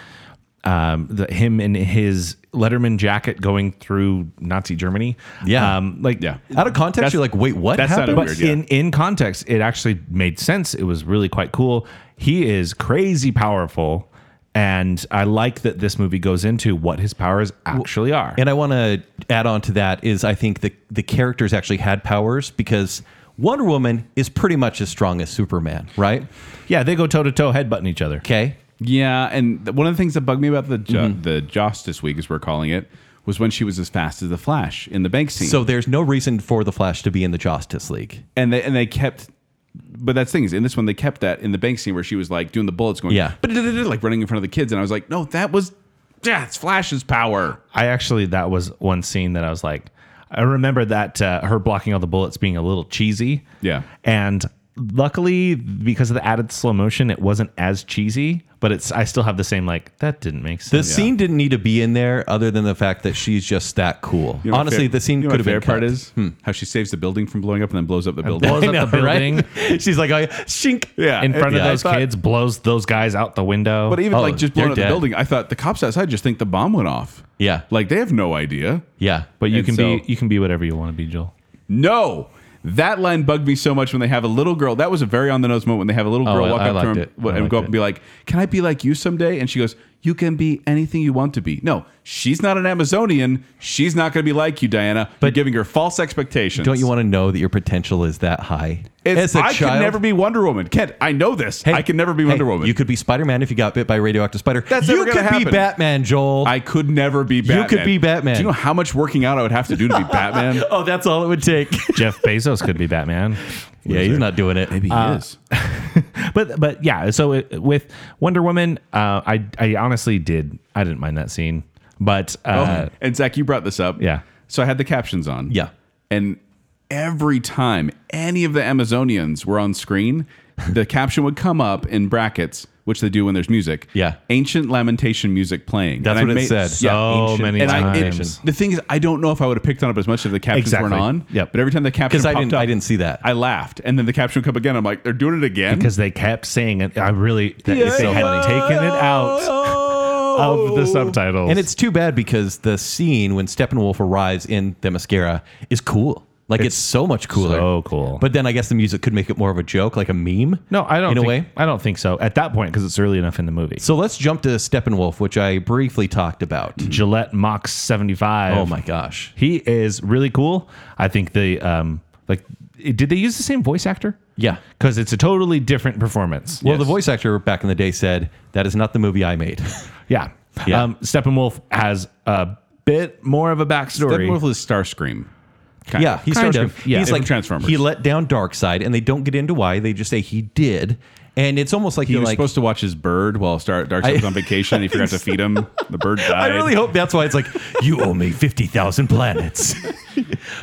[SPEAKER 3] um, the him in his Letterman jacket going through Nazi Germany.
[SPEAKER 2] Yeah.
[SPEAKER 3] um, like
[SPEAKER 1] Yeah.
[SPEAKER 2] Out of context, you're like, wait, what
[SPEAKER 1] that sounded
[SPEAKER 2] happened?
[SPEAKER 1] weird.
[SPEAKER 3] But
[SPEAKER 1] yeah.
[SPEAKER 3] in in context, it actually made sense. It was really quite cool. He is crazy powerful, and I like that this movie goes into what his powers actually are.
[SPEAKER 2] And I want to add on to that is I think the the characters actually had powers because Wonder Woman is pretty much as strong as Superman, right?
[SPEAKER 3] yeah, they go toe to toe, headbutting each other.
[SPEAKER 2] Okay.
[SPEAKER 1] Yeah, and th- one of the things that bugged me about the jo-
[SPEAKER 2] Mm-hmm.
[SPEAKER 1] the Justice Week, as we're calling it, was when she was as fast as the Flash in the bank scene.
[SPEAKER 2] So there's no reason for the Flash to be in the Justice League.
[SPEAKER 1] and they and they kept. But that's the thing is in this one they kept that in the bank scene where she was like doing the bullets going
[SPEAKER 2] Yeah.
[SPEAKER 1] but like running in front of the kids and I was like no that was yeah it's Flash's power
[SPEAKER 3] I actually that was one scene that I was like, I remember that uh, her blocking all the bullets being a little cheesy.
[SPEAKER 1] Yeah.
[SPEAKER 3] and luckily because of the added slow motion, it wasn't as cheesy. But it's I still have the same like that didn't make
[SPEAKER 2] The
[SPEAKER 3] sense.
[SPEAKER 2] scene didn't need to be in there, other than the fact that she's just that cool.
[SPEAKER 1] You know my
[SPEAKER 2] Honestly,
[SPEAKER 1] fav-
[SPEAKER 2] the scene
[SPEAKER 1] you know
[SPEAKER 2] could have
[SPEAKER 1] my
[SPEAKER 2] been
[SPEAKER 1] favorite part
[SPEAKER 2] cut. Hmm.
[SPEAKER 1] is how she saves the building from blowing up and then blows up the building.
[SPEAKER 3] blows up
[SPEAKER 2] I know,
[SPEAKER 3] the building
[SPEAKER 2] right? She's like, oh, yeah, shink.
[SPEAKER 1] yeah,
[SPEAKER 3] in front
[SPEAKER 1] Yeah, I
[SPEAKER 3] of those
[SPEAKER 1] thought-
[SPEAKER 3] kids, blows those guys out the window.
[SPEAKER 1] But even
[SPEAKER 2] Oh,
[SPEAKER 1] like just
[SPEAKER 2] they're
[SPEAKER 1] blowing up the
[SPEAKER 2] dead.
[SPEAKER 1] building, I thought the cops outside just think the bomb went off.
[SPEAKER 2] Yeah.
[SPEAKER 1] Like they have no idea.
[SPEAKER 2] Yeah.
[SPEAKER 3] But you
[SPEAKER 1] And
[SPEAKER 3] can
[SPEAKER 1] so-
[SPEAKER 3] be you can be whatever you want to be, Joel.
[SPEAKER 1] No. That line bugged me so much when they have a little girl. That was a very on the nose moment when they have a little
[SPEAKER 2] Oh,
[SPEAKER 1] girl
[SPEAKER 2] I-
[SPEAKER 1] walk
[SPEAKER 2] I
[SPEAKER 1] up to
[SPEAKER 2] liked
[SPEAKER 1] him
[SPEAKER 2] it.
[SPEAKER 1] and
[SPEAKER 2] I
[SPEAKER 1] go up
[SPEAKER 2] liked
[SPEAKER 1] and be like, "Can I be like you someday?" And she goes, "You can be anything you want to be." No, she's not an Amazonian. She's not going to be like you, Diana. But You're giving her false expectations.
[SPEAKER 2] Don't you want to know that your potential is that high?
[SPEAKER 1] It's,
[SPEAKER 2] As a
[SPEAKER 1] I can never be Wonder Woman, Kent. I know this.
[SPEAKER 2] Hey,
[SPEAKER 1] I can never be
[SPEAKER 2] hey,
[SPEAKER 1] Wonder Woman.
[SPEAKER 2] You could be Spider Man if you got bit by a radioactive spider.
[SPEAKER 1] That's
[SPEAKER 2] you
[SPEAKER 1] never
[SPEAKER 2] could
[SPEAKER 1] gonna
[SPEAKER 2] be
[SPEAKER 1] happen.
[SPEAKER 2] Batman, Joel.
[SPEAKER 1] I could never be Batman.
[SPEAKER 2] could be Batman.
[SPEAKER 1] Do you know how much working out I would have to do to be Batman?
[SPEAKER 2] oh, that's all it would take.
[SPEAKER 3] Jeff Bezos could be Batman.
[SPEAKER 2] yeah, he's not doing it.
[SPEAKER 1] Maybe he is.
[SPEAKER 3] but but yeah so it, with wonder woman uh i i honestly did i didn't mind that scene but uh
[SPEAKER 1] Oh, and Zach, you brought this up.
[SPEAKER 3] Yeah.
[SPEAKER 1] So I had the captions on.
[SPEAKER 2] Yeah.
[SPEAKER 1] And every time any of the Amazonians were on screen, the caption would come up in brackets, which they do when there's music.
[SPEAKER 2] Yeah.
[SPEAKER 1] Ancient lamentation music playing.
[SPEAKER 2] That's
[SPEAKER 1] And I
[SPEAKER 2] what it
[SPEAKER 1] made-
[SPEAKER 2] said.
[SPEAKER 3] So many
[SPEAKER 1] And I, it-
[SPEAKER 3] times.
[SPEAKER 1] the thing is, I don't know if I would have picked on it as much if the captions
[SPEAKER 3] Exactly.
[SPEAKER 1] weren't on.
[SPEAKER 3] Yep.
[SPEAKER 1] But every time the caption
[SPEAKER 2] Because I
[SPEAKER 1] popped
[SPEAKER 2] didn't,
[SPEAKER 1] up,
[SPEAKER 2] I didn't see that.
[SPEAKER 1] I laughed, and then the caption would come again. I'm like, they're doing it again
[SPEAKER 3] because Mm-hmm. they kept saying it i really if they had taken it out
[SPEAKER 1] Oh.
[SPEAKER 3] of the subtitles
[SPEAKER 2] and it's too bad because the scene when Steppenwolf arrives in the mascara is cool. Like it's, so much cooler.
[SPEAKER 3] so cool.
[SPEAKER 2] But then I guess the music could make it more of a joke, like a meme.
[SPEAKER 3] no i don't
[SPEAKER 2] in
[SPEAKER 3] think,
[SPEAKER 2] a way.
[SPEAKER 3] i don't think so at that point because it's early enough in the movie
[SPEAKER 2] So let's jump to Steppenwolf, which I briefly talked about.
[SPEAKER 3] gillette mox 75
[SPEAKER 2] Oh my gosh.
[SPEAKER 3] he is really cool i think the um like did they use the same voice actor
[SPEAKER 2] Yeah.
[SPEAKER 3] because it's a totally different performance
[SPEAKER 2] Well, the voice actor back in the day said, That is not the movie I made.
[SPEAKER 3] Yeah.
[SPEAKER 2] Yeah.
[SPEAKER 3] Um, Steppenwolf has a bit more of a backstory.
[SPEAKER 1] Steppenwolf is Starscream. Kind
[SPEAKER 2] yeah, he's
[SPEAKER 3] Kind
[SPEAKER 2] kind
[SPEAKER 3] of,
[SPEAKER 2] of.
[SPEAKER 3] yeah.
[SPEAKER 2] he's
[SPEAKER 1] From
[SPEAKER 2] like
[SPEAKER 1] Transformers.
[SPEAKER 2] He let down Darkseid, and they don't get into why. They just say he did, and it's almost like
[SPEAKER 1] He
[SPEAKER 2] you're
[SPEAKER 1] was
[SPEAKER 2] like.
[SPEAKER 1] supposed to watch his bird while Star Darkseid
[SPEAKER 2] I-
[SPEAKER 1] was on vacation. and He forgot to feed him. The bird died.
[SPEAKER 2] I really hope that's why it's like you owe me fifty thousand planets.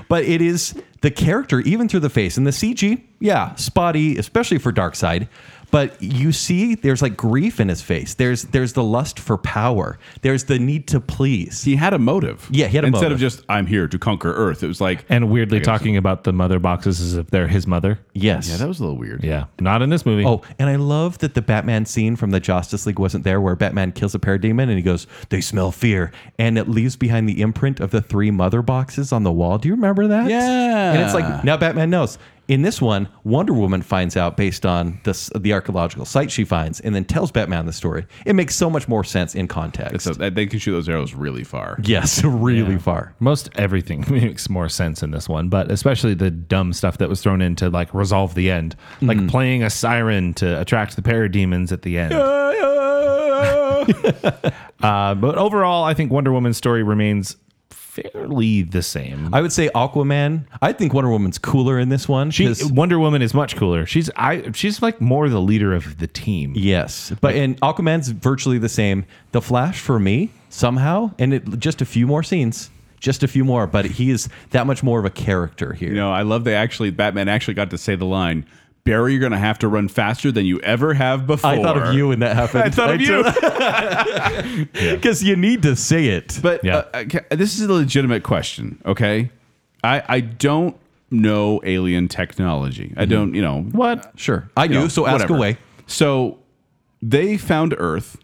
[SPEAKER 2] but it is the character, even through the face and the CG. Yeah, spotty, especially for Darkseid. But you see, there's like grief in his face. There's there's the lust for power. There's the need to please.
[SPEAKER 1] he had a motive.
[SPEAKER 2] Yeah, he had a
[SPEAKER 1] Instead
[SPEAKER 2] motive.
[SPEAKER 1] of just "I'm here to conquer Earth," it was like,
[SPEAKER 3] and weirdly talking about the mother boxes as if they're his mother.
[SPEAKER 2] Yes.
[SPEAKER 1] yeah, that was a little weird.
[SPEAKER 3] Yeah. Not in this movie.
[SPEAKER 2] Oh, and I love that the Batman scene from the Justice League wasn't there, where Batman kills a parademon and he goes, "They smell fear," and it leaves behind the imprint of the three mother boxes on the wall. Do you remember that?
[SPEAKER 1] Yeah.
[SPEAKER 2] And it's like now Batman knows. In this one, Wonder Woman finds out based on this the archaeological site she finds, and then tells Batman the story. It makes so much more sense in context.
[SPEAKER 1] So that, they can shoot those arrows really far.
[SPEAKER 2] yes, really far.
[SPEAKER 3] Most everything makes more sense in this one, but especially the dumb stuff that was thrown in to like resolve the end.
[SPEAKER 2] Mm-hmm.
[SPEAKER 3] Like playing a siren to attract the parademons at the end. Uh, but overall, I think Wonder Woman's story remains fairly the same.
[SPEAKER 2] I would say Aquaman. I think Wonder Woman's cooler in this one.
[SPEAKER 3] She,
[SPEAKER 2] 'cause-
[SPEAKER 3] Wonder Woman is much cooler. She's I she's like more the leader of the team.
[SPEAKER 2] Yes, but and Aquaman's virtually the same. The Flash for me somehow, and it just a few more scenes, just a few more, but he is that much more of a character here.
[SPEAKER 1] You know, I love they actually Batman actually got to say the line, "Barry, you're going to have to run faster than you ever have before."
[SPEAKER 2] I thought of you when that happened.
[SPEAKER 1] I thought of you.
[SPEAKER 2] because you need to say it.
[SPEAKER 1] But
[SPEAKER 3] Yeah.
[SPEAKER 1] uh, uh, ca- this is a legitimate question, okay? I I don't know alien technology.
[SPEAKER 2] Mm-hmm.
[SPEAKER 1] I don't, you know,
[SPEAKER 3] What?
[SPEAKER 2] sure, I do.
[SPEAKER 1] you know,
[SPEAKER 2] so ask
[SPEAKER 1] whatever.
[SPEAKER 2] away.
[SPEAKER 1] So they found Earth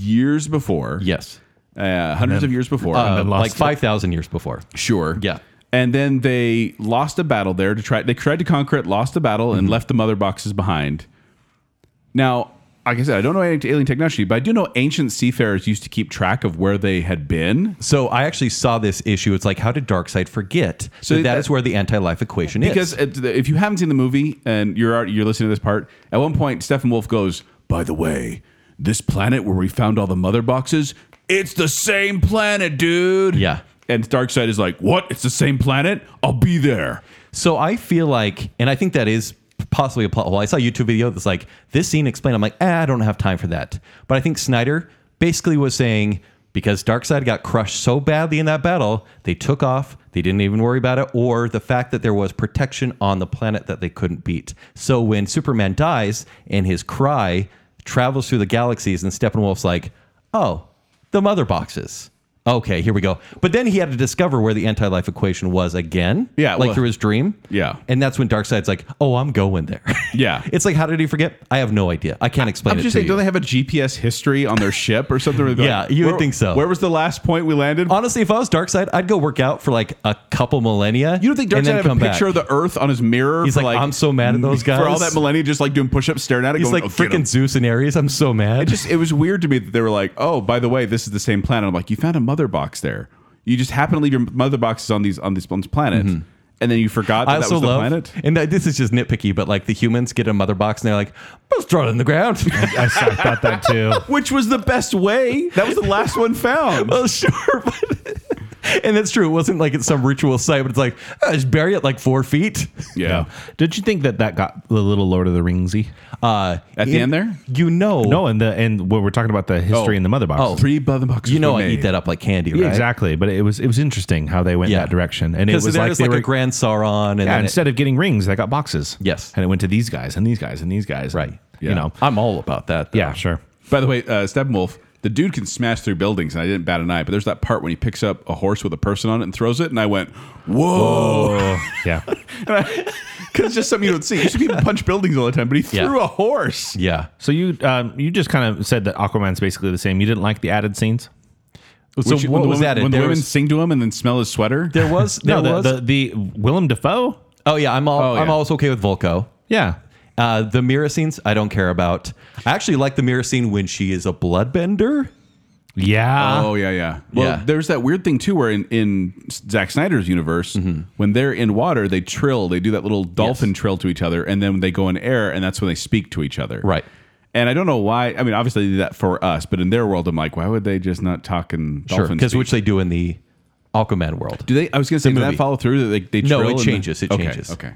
[SPEAKER 1] years before.
[SPEAKER 2] Yes,
[SPEAKER 1] Uh, hundreds of years before.
[SPEAKER 2] Uh,
[SPEAKER 3] lost
[SPEAKER 2] like
[SPEAKER 3] it.
[SPEAKER 2] five thousand years before.
[SPEAKER 1] sure.
[SPEAKER 2] yeah.
[SPEAKER 1] And then they lost a battle there to try. They tried to conquer it, lost the battle,
[SPEAKER 2] Mm-hmm.
[SPEAKER 1] and left the mother boxes behind. Now, like I said, I don't know any alien technology, but I do know ancient seafarers used to keep track of where they had been.
[SPEAKER 2] So I actually saw this issue. It's like how did Darkseid forget?
[SPEAKER 1] So
[SPEAKER 2] So that
[SPEAKER 1] that-
[SPEAKER 2] is where the anti-life equation
[SPEAKER 1] Because
[SPEAKER 2] is.
[SPEAKER 1] at the- if you haven't seen the movie and you're already, you're listening to this part, at one point Stephen Wolf goes, "By the way, this planet where we found all the mother boxes, it's the same planet, dude."
[SPEAKER 2] Yeah.
[SPEAKER 1] And Darkseid is like, "What? It's the same planet? I'll be there."
[SPEAKER 2] So I feel like, and I think that is possibly a plot hole. I saw a YouTube video that's like this scene explained. I'm like, ah, I don't have time for that. But I think Snyder basically was saying because Darkseid got crushed so badly in that battle, they took off. They didn't even worry about it, or the fact that there was protection on the planet that they couldn't beat. So when Superman dies and his cry travels through the galaxies, and Steppenwolf's like, oh, the mother boxes. Okay, here we go. But then he had to discover where the anti life equation was again.
[SPEAKER 1] Yeah,
[SPEAKER 2] Like
[SPEAKER 1] well-
[SPEAKER 2] through his dream.
[SPEAKER 1] Yeah.
[SPEAKER 2] And that's when Darkseid's like, oh, I'm going there.
[SPEAKER 1] Yeah.
[SPEAKER 2] it's like, how did he forget? I have no idea. I can't explain
[SPEAKER 1] I'm
[SPEAKER 2] it
[SPEAKER 1] just
[SPEAKER 2] to
[SPEAKER 1] saying,
[SPEAKER 2] you.
[SPEAKER 1] don't they have a GPS history on their ship or something? Like,
[SPEAKER 2] Yeah, you would
[SPEAKER 1] where-
[SPEAKER 2] think so.
[SPEAKER 1] Where was the last point we landed?
[SPEAKER 2] Honestly, if I was Darkseid, I'd go work out for like a couple millennia.
[SPEAKER 1] you don't think
[SPEAKER 2] and
[SPEAKER 1] Darkseid
[SPEAKER 2] then
[SPEAKER 1] had a
[SPEAKER 2] come
[SPEAKER 1] picture
[SPEAKER 2] back.
[SPEAKER 1] of the Earth on his mirror?
[SPEAKER 2] He's
[SPEAKER 1] for
[SPEAKER 2] like, I'm so mad at those guys.
[SPEAKER 1] For all that millennia, just like doing push-ups, staring at it.
[SPEAKER 2] He's
[SPEAKER 1] going,
[SPEAKER 2] like
[SPEAKER 1] "Oh, get 'em."
[SPEAKER 2] freaking Zeus and Ares. I'm so mad.
[SPEAKER 1] It just it was weird to me that they were like, oh, by the way, this is the same planet. I'm like, you found a mother box there. You just happen to leave your mother boxes on these on these on this planet, and then you forgot that,
[SPEAKER 2] I
[SPEAKER 1] that
[SPEAKER 2] also
[SPEAKER 1] was the
[SPEAKER 2] love,
[SPEAKER 1] planet.
[SPEAKER 2] and I- this is just nitpicky, but like the humans get a mother box and they're like, let's throw it in the ground.
[SPEAKER 3] I thought that too.
[SPEAKER 1] Which was the best way? That was the last one found.
[SPEAKER 2] well, sure, but and that's true. It wasn't like it's some ritual site, but it's like "Ah, just bury it like four feet.
[SPEAKER 1] yeah.
[SPEAKER 3] Did you think that that got the little Lord of the Ringsy?
[SPEAKER 2] Uh,
[SPEAKER 1] At the end there?
[SPEAKER 2] you know,
[SPEAKER 3] No, and the and what we're talking about the
[SPEAKER 1] Oh.
[SPEAKER 3] history in the mother box.
[SPEAKER 2] Oh.
[SPEAKER 1] Three mother boxes.
[SPEAKER 2] you know,
[SPEAKER 1] were
[SPEAKER 2] I eat
[SPEAKER 1] made.
[SPEAKER 2] that up like candy, right?
[SPEAKER 3] Yeah, exactly. But it was it was interesting how they went
[SPEAKER 2] Yeah.
[SPEAKER 3] that direction, and it
[SPEAKER 2] Because
[SPEAKER 3] was
[SPEAKER 2] there
[SPEAKER 3] like
[SPEAKER 2] was
[SPEAKER 3] they
[SPEAKER 2] like
[SPEAKER 3] were
[SPEAKER 2] a grand Sauron, and
[SPEAKER 3] yeah,
[SPEAKER 2] then it-
[SPEAKER 3] instead of getting rings, they got boxes.
[SPEAKER 2] Yes.
[SPEAKER 3] and it went to these guys and these guys and these guys.
[SPEAKER 2] Right.
[SPEAKER 3] You
[SPEAKER 1] Yeah.
[SPEAKER 3] know.
[SPEAKER 2] I'm all about that. though.
[SPEAKER 3] Yeah. Sure.
[SPEAKER 1] By the way, uh, Steppenwolf, the dude can smash through buildings, and I didn't bat an eye. But there's that part when he picks up a horse with a person on it and throws it, and I went, "Whoa!"
[SPEAKER 3] Oh. yeah.
[SPEAKER 1] Because just something you don't see. You see people punch buildings all the time, but he
[SPEAKER 2] Yeah.
[SPEAKER 1] threw a horse.
[SPEAKER 2] yeah.
[SPEAKER 3] So you um, you just kind of said that Aquaman's basically the same. You didn't like the added scenes.
[SPEAKER 2] So
[SPEAKER 1] Which- when
[SPEAKER 2] what
[SPEAKER 1] the
[SPEAKER 2] was
[SPEAKER 1] women-
[SPEAKER 2] that?
[SPEAKER 1] When the
[SPEAKER 2] There
[SPEAKER 1] women
[SPEAKER 2] was-
[SPEAKER 1] sing to him and then smell his sweater.
[SPEAKER 2] There was there
[SPEAKER 3] no,
[SPEAKER 2] was
[SPEAKER 3] the, the the Willem Dafoe.
[SPEAKER 2] oh yeah I'm all
[SPEAKER 1] Oh,
[SPEAKER 2] I'm
[SPEAKER 1] yeah.
[SPEAKER 2] always okay with Volko.
[SPEAKER 3] Yeah.
[SPEAKER 2] Uh, the mirror scenes I don't care about. I actually like the mirror scene when she is a bloodbender.
[SPEAKER 3] Yeah.
[SPEAKER 1] Oh yeah, yeah. Well,
[SPEAKER 2] Yeah.
[SPEAKER 1] there's that weird thing too, where in in Zack Snyder's universe, when they're in water, they trill. They do that little dolphin trill to each other, and then they go in air, and that's when they speak to each other.
[SPEAKER 2] Right.
[SPEAKER 1] And I don't know why. I mean, obviously they do that for us, but in their world, I'm like, why would they just not talk in
[SPEAKER 2] Sure,
[SPEAKER 1] dolphin?
[SPEAKER 2] because
[SPEAKER 1] speak?
[SPEAKER 2] which they do in the Aquaman world.
[SPEAKER 1] do they? I was gonna say, did
[SPEAKER 2] movie.
[SPEAKER 1] that follow through? That they, they
[SPEAKER 2] No,
[SPEAKER 1] trill in
[SPEAKER 2] it
[SPEAKER 1] the-
[SPEAKER 2] changes. It
[SPEAKER 1] Okay,
[SPEAKER 2] changes.
[SPEAKER 1] Okay.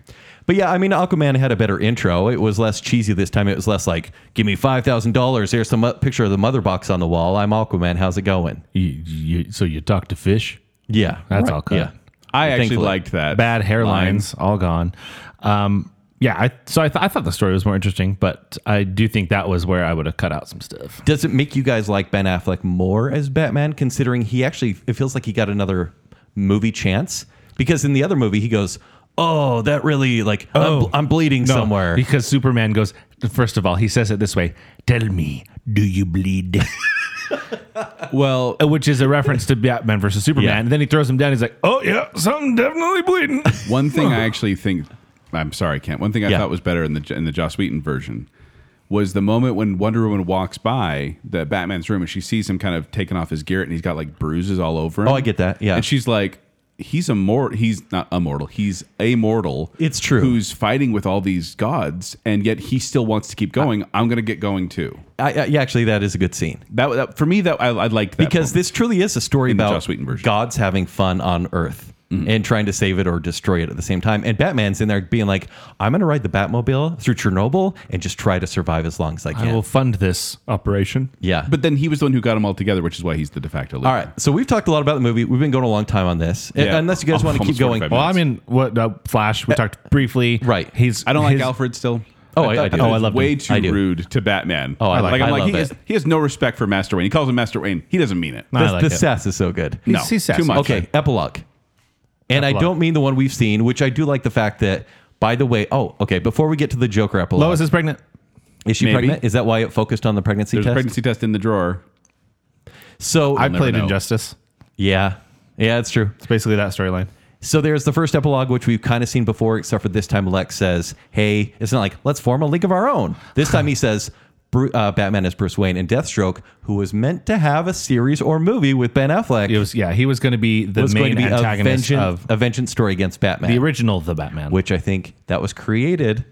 [SPEAKER 2] But yeah, I mean, Aquaman had a better intro. It was less cheesy this time. It was less like, "Give me five thousand dollars. Here's some uh, picture of the mother box on the wall. I'm Aquaman. How's it going?"
[SPEAKER 3] You, you, so you talk to fish.
[SPEAKER 2] Yeah,
[SPEAKER 3] That's all cut.
[SPEAKER 2] Yeah,
[SPEAKER 1] I actually
[SPEAKER 2] Thankfully.
[SPEAKER 1] liked that
[SPEAKER 3] bad
[SPEAKER 1] line.
[SPEAKER 3] hairlines all gone um yeah I, so I, th- I thought the story was more interesting but i do think that was where i would have cut out some stuff
[SPEAKER 2] Does it make you guys like Ben Affleck more as Batman, considering he actually it feels like he got another movie chance? Because in the other movie, he goes, "Oh, that really like
[SPEAKER 1] Oh.
[SPEAKER 2] I'm, I'm bleeding somewhere."
[SPEAKER 3] because superman goes first of all he says it this way tell me do you bleed Uh,
[SPEAKER 1] Well,
[SPEAKER 3] which is a reference to batman versus superman
[SPEAKER 2] Yeah.
[SPEAKER 3] and then he throws him down he's like oh yeah something definitely bleeding
[SPEAKER 1] One thing I actually think, I'm sorry, Kent. One thing I
[SPEAKER 2] Yeah.
[SPEAKER 1] thought was better in the in the Joss Wheaton version was the moment when Wonder Woman walks by the Batman's room and she sees him kind of taking off his gear and he's got like bruises all over him.
[SPEAKER 2] Oh, I get that, yeah.
[SPEAKER 1] and she's like. He's a mor- He's not immortal. He's a mortal.
[SPEAKER 2] It's true.
[SPEAKER 1] Who's fighting with all these gods, and yet he still wants to keep going. I'm going to get going too.
[SPEAKER 2] I, I, yeah, actually, that is a good scene.
[SPEAKER 1] That, that for me, that I, I liked that
[SPEAKER 2] because
[SPEAKER 1] moment.
[SPEAKER 2] this truly is a story
[SPEAKER 1] In the
[SPEAKER 2] about
[SPEAKER 1] Joss Whedon version. Mm-hmm.
[SPEAKER 2] gods having fun on Earth and trying to save it or destroy it at the same time. And Batman's in there being like, "I'm going to ride the Batmobile through Chernobyl and just try to survive as long as I
[SPEAKER 3] i
[SPEAKER 2] can."
[SPEAKER 3] will fund this operation
[SPEAKER 2] yeah,
[SPEAKER 1] but then he was the one who got them all together, which is why he's the de facto. Leader.
[SPEAKER 2] all right. So we've talked a lot about the movie. We've been going a long time on this,
[SPEAKER 1] Yeah.
[SPEAKER 2] unless you guys
[SPEAKER 1] Oh,
[SPEAKER 2] want to keep
[SPEAKER 1] almost
[SPEAKER 2] going.
[SPEAKER 1] 45
[SPEAKER 3] well i mean what uh, flash we talked briefly
[SPEAKER 2] Right.
[SPEAKER 3] he's
[SPEAKER 1] I don't like
[SPEAKER 3] his-
[SPEAKER 1] Alfred still.
[SPEAKER 2] Oh, I-
[SPEAKER 1] thought
[SPEAKER 2] I do.
[SPEAKER 1] that
[SPEAKER 2] Oh, I
[SPEAKER 1] was
[SPEAKER 2] loved
[SPEAKER 1] way
[SPEAKER 2] him.
[SPEAKER 1] too
[SPEAKER 2] I do.
[SPEAKER 1] rude to Batman.
[SPEAKER 2] Oh, I like-
[SPEAKER 1] like. I'm
[SPEAKER 2] I
[SPEAKER 1] like
[SPEAKER 2] love
[SPEAKER 1] he
[SPEAKER 2] it.
[SPEAKER 1] has, he has no respect for Master Wayne. He calls him Master Wayne. He doesn't mean it.
[SPEAKER 3] No, I
[SPEAKER 2] The,
[SPEAKER 3] like
[SPEAKER 2] the
[SPEAKER 3] it.
[SPEAKER 2] sass is so good.
[SPEAKER 1] no,
[SPEAKER 3] he's sassy.
[SPEAKER 1] too much.
[SPEAKER 2] Okay, epilogue. And I
[SPEAKER 3] Epilogue.
[SPEAKER 2] don't mean the one we've seen, which I do like the fact that, by the way, oh, okay, before we get to the Joker epilogue,
[SPEAKER 3] lois is pregnant
[SPEAKER 2] is she
[SPEAKER 1] Maybe.
[SPEAKER 2] pregnant? Is that why it focused on the pregnancy
[SPEAKER 1] There's a
[SPEAKER 2] test?
[SPEAKER 1] pregnancy test in the drawer.
[SPEAKER 2] So,
[SPEAKER 3] i
[SPEAKER 1] never
[SPEAKER 3] played
[SPEAKER 1] know.
[SPEAKER 3] injustice
[SPEAKER 2] yeah, yeah, it's true.
[SPEAKER 3] it's basically that storyline
[SPEAKER 2] So there's the first epilogue, which we've kind of seen before, except for this time Lex says, Hey, it's not like, let's form a league of our own. This time he says, Bru- uh, Batman is Bruce Wayne and Deathstroke, who was meant to have a series or movie with Ben Affleck,
[SPEAKER 3] It was yeah, he was going to be the
[SPEAKER 2] was
[SPEAKER 3] main
[SPEAKER 2] going to be a
[SPEAKER 3] antagonist
[SPEAKER 2] vengeance,
[SPEAKER 3] of
[SPEAKER 2] a vengeance story against Batman.
[SPEAKER 3] the original The Batman.
[SPEAKER 2] which I think that was created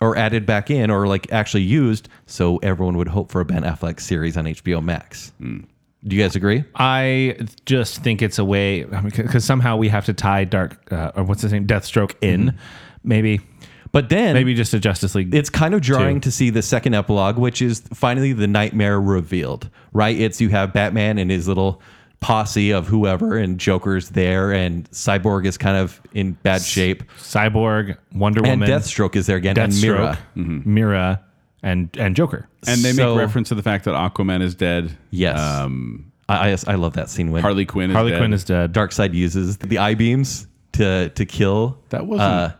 [SPEAKER 2] or added back in or like actually used so everyone would hope for a Ben Affleck series on HBO Max.
[SPEAKER 3] Hmm.
[SPEAKER 2] Do you guys agree?
[SPEAKER 3] I just think it's a way because somehow we have to tie Dark uh, or what's his name Deathstroke in,
[SPEAKER 2] Mm-hmm.
[SPEAKER 3] maybe
[SPEAKER 2] But then
[SPEAKER 3] maybe just a Justice League.
[SPEAKER 2] it's kind of jarring to see the second epilogue, which is finally the nightmare revealed, right? It's you have Batman and his little posse of whoever, and Joker's there, and Cyborg is kind of in bad shape,
[SPEAKER 3] Cyborg, Wonder
[SPEAKER 2] and
[SPEAKER 3] Woman,
[SPEAKER 2] Deathstroke is there again, and Mira.
[SPEAKER 3] Deathstroke, Mira, and and
[SPEAKER 1] Mm-hmm.
[SPEAKER 3] Joker.
[SPEAKER 1] And they
[SPEAKER 2] So-
[SPEAKER 1] make reference to the fact that Aquaman is dead.
[SPEAKER 2] Yes,
[SPEAKER 1] Um,
[SPEAKER 2] I, I I love that scene when
[SPEAKER 1] Harley Quinn is
[SPEAKER 3] Harley
[SPEAKER 1] dead.
[SPEAKER 3] Quinn is dead.
[SPEAKER 2] Darkseid uses the eye beams to to kill.
[SPEAKER 1] That wasn't-
[SPEAKER 2] Uh,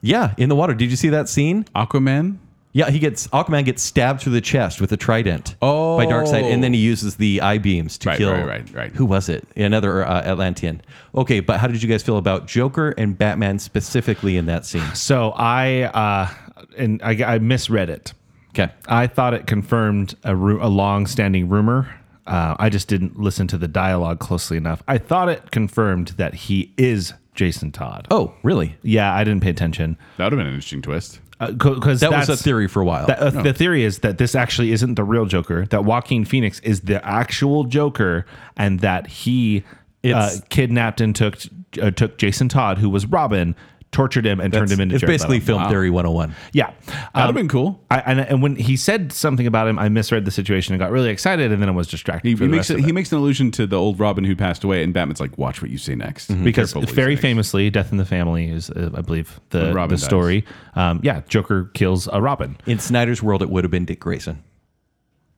[SPEAKER 2] yeah, in the water. Did you see that scene?
[SPEAKER 1] Aquaman?
[SPEAKER 2] Yeah, he gets Aquaman gets stabbed through the chest with a trident by Darkseid, and then he uses the eye beams to
[SPEAKER 1] Right,
[SPEAKER 2] kill.
[SPEAKER 1] right, right, right.
[SPEAKER 2] Who was it? Another uh, Atlantean. Okay, but how did you guys feel about Joker and Batman specifically in that scene?
[SPEAKER 3] So I uh, and I, I misread it.
[SPEAKER 2] Okay,
[SPEAKER 3] I thought it confirmed a, ru- a long-standing rumor. Uh, I just didn't listen to the dialogue closely enough. I thought it confirmed that he is Jason Todd.
[SPEAKER 2] Oh, really?
[SPEAKER 3] Yeah, I didn't pay attention
[SPEAKER 1] That would have been an interesting twist.
[SPEAKER 3] Uh, because
[SPEAKER 2] That was a theory for a while.
[SPEAKER 3] That, uh, The theory is that this actually isn't the real Joker. That Joaquin Phoenix is the actual Joker, and that he uh,
[SPEAKER 2] It's-
[SPEAKER 3] kidnapped and took uh, took Jason Todd, who was Robin, tortured him and turned him into.
[SPEAKER 2] it's
[SPEAKER 3] Jared
[SPEAKER 2] basically
[SPEAKER 3] Leto.
[SPEAKER 2] film theory 101.
[SPEAKER 3] yeah.
[SPEAKER 1] That would
[SPEAKER 3] Um,
[SPEAKER 1] have been cool.
[SPEAKER 3] I, and, and when he said something about him, I misread the situation and got really excited, and then I was distracted.
[SPEAKER 1] He,
[SPEAKER 3] for
[SPEAKER 1] he
[SPEAKER 3] the
[SPEAKER 1] makes
[SPEAKER 3] rest
[SPEAKER 1] it,
[SPEAKER 3] of
[SPEAKER 1] he makes an allusion to the old Robin who passed away, and Batman's like, "Watch what you say next,"
[SPEAKER 2] Mhm.
[SPEAKER 3] because
[SPEAKER 1] Careful what you
[SPEAKER 3] very
[SPEAKER 1] say next.
[SPEAKER 3] famously, Death in the Family is, uh, I believe, the,
[SPEAKER 1] When Robin
[SPEAKER 3] the
[SPEAKER 1] dies.
[SPEAKER 3] story. Um, yeah, Joker kills a Robin.
[SPEAKER 2] In Snyder's world, it would have been Dick Grayson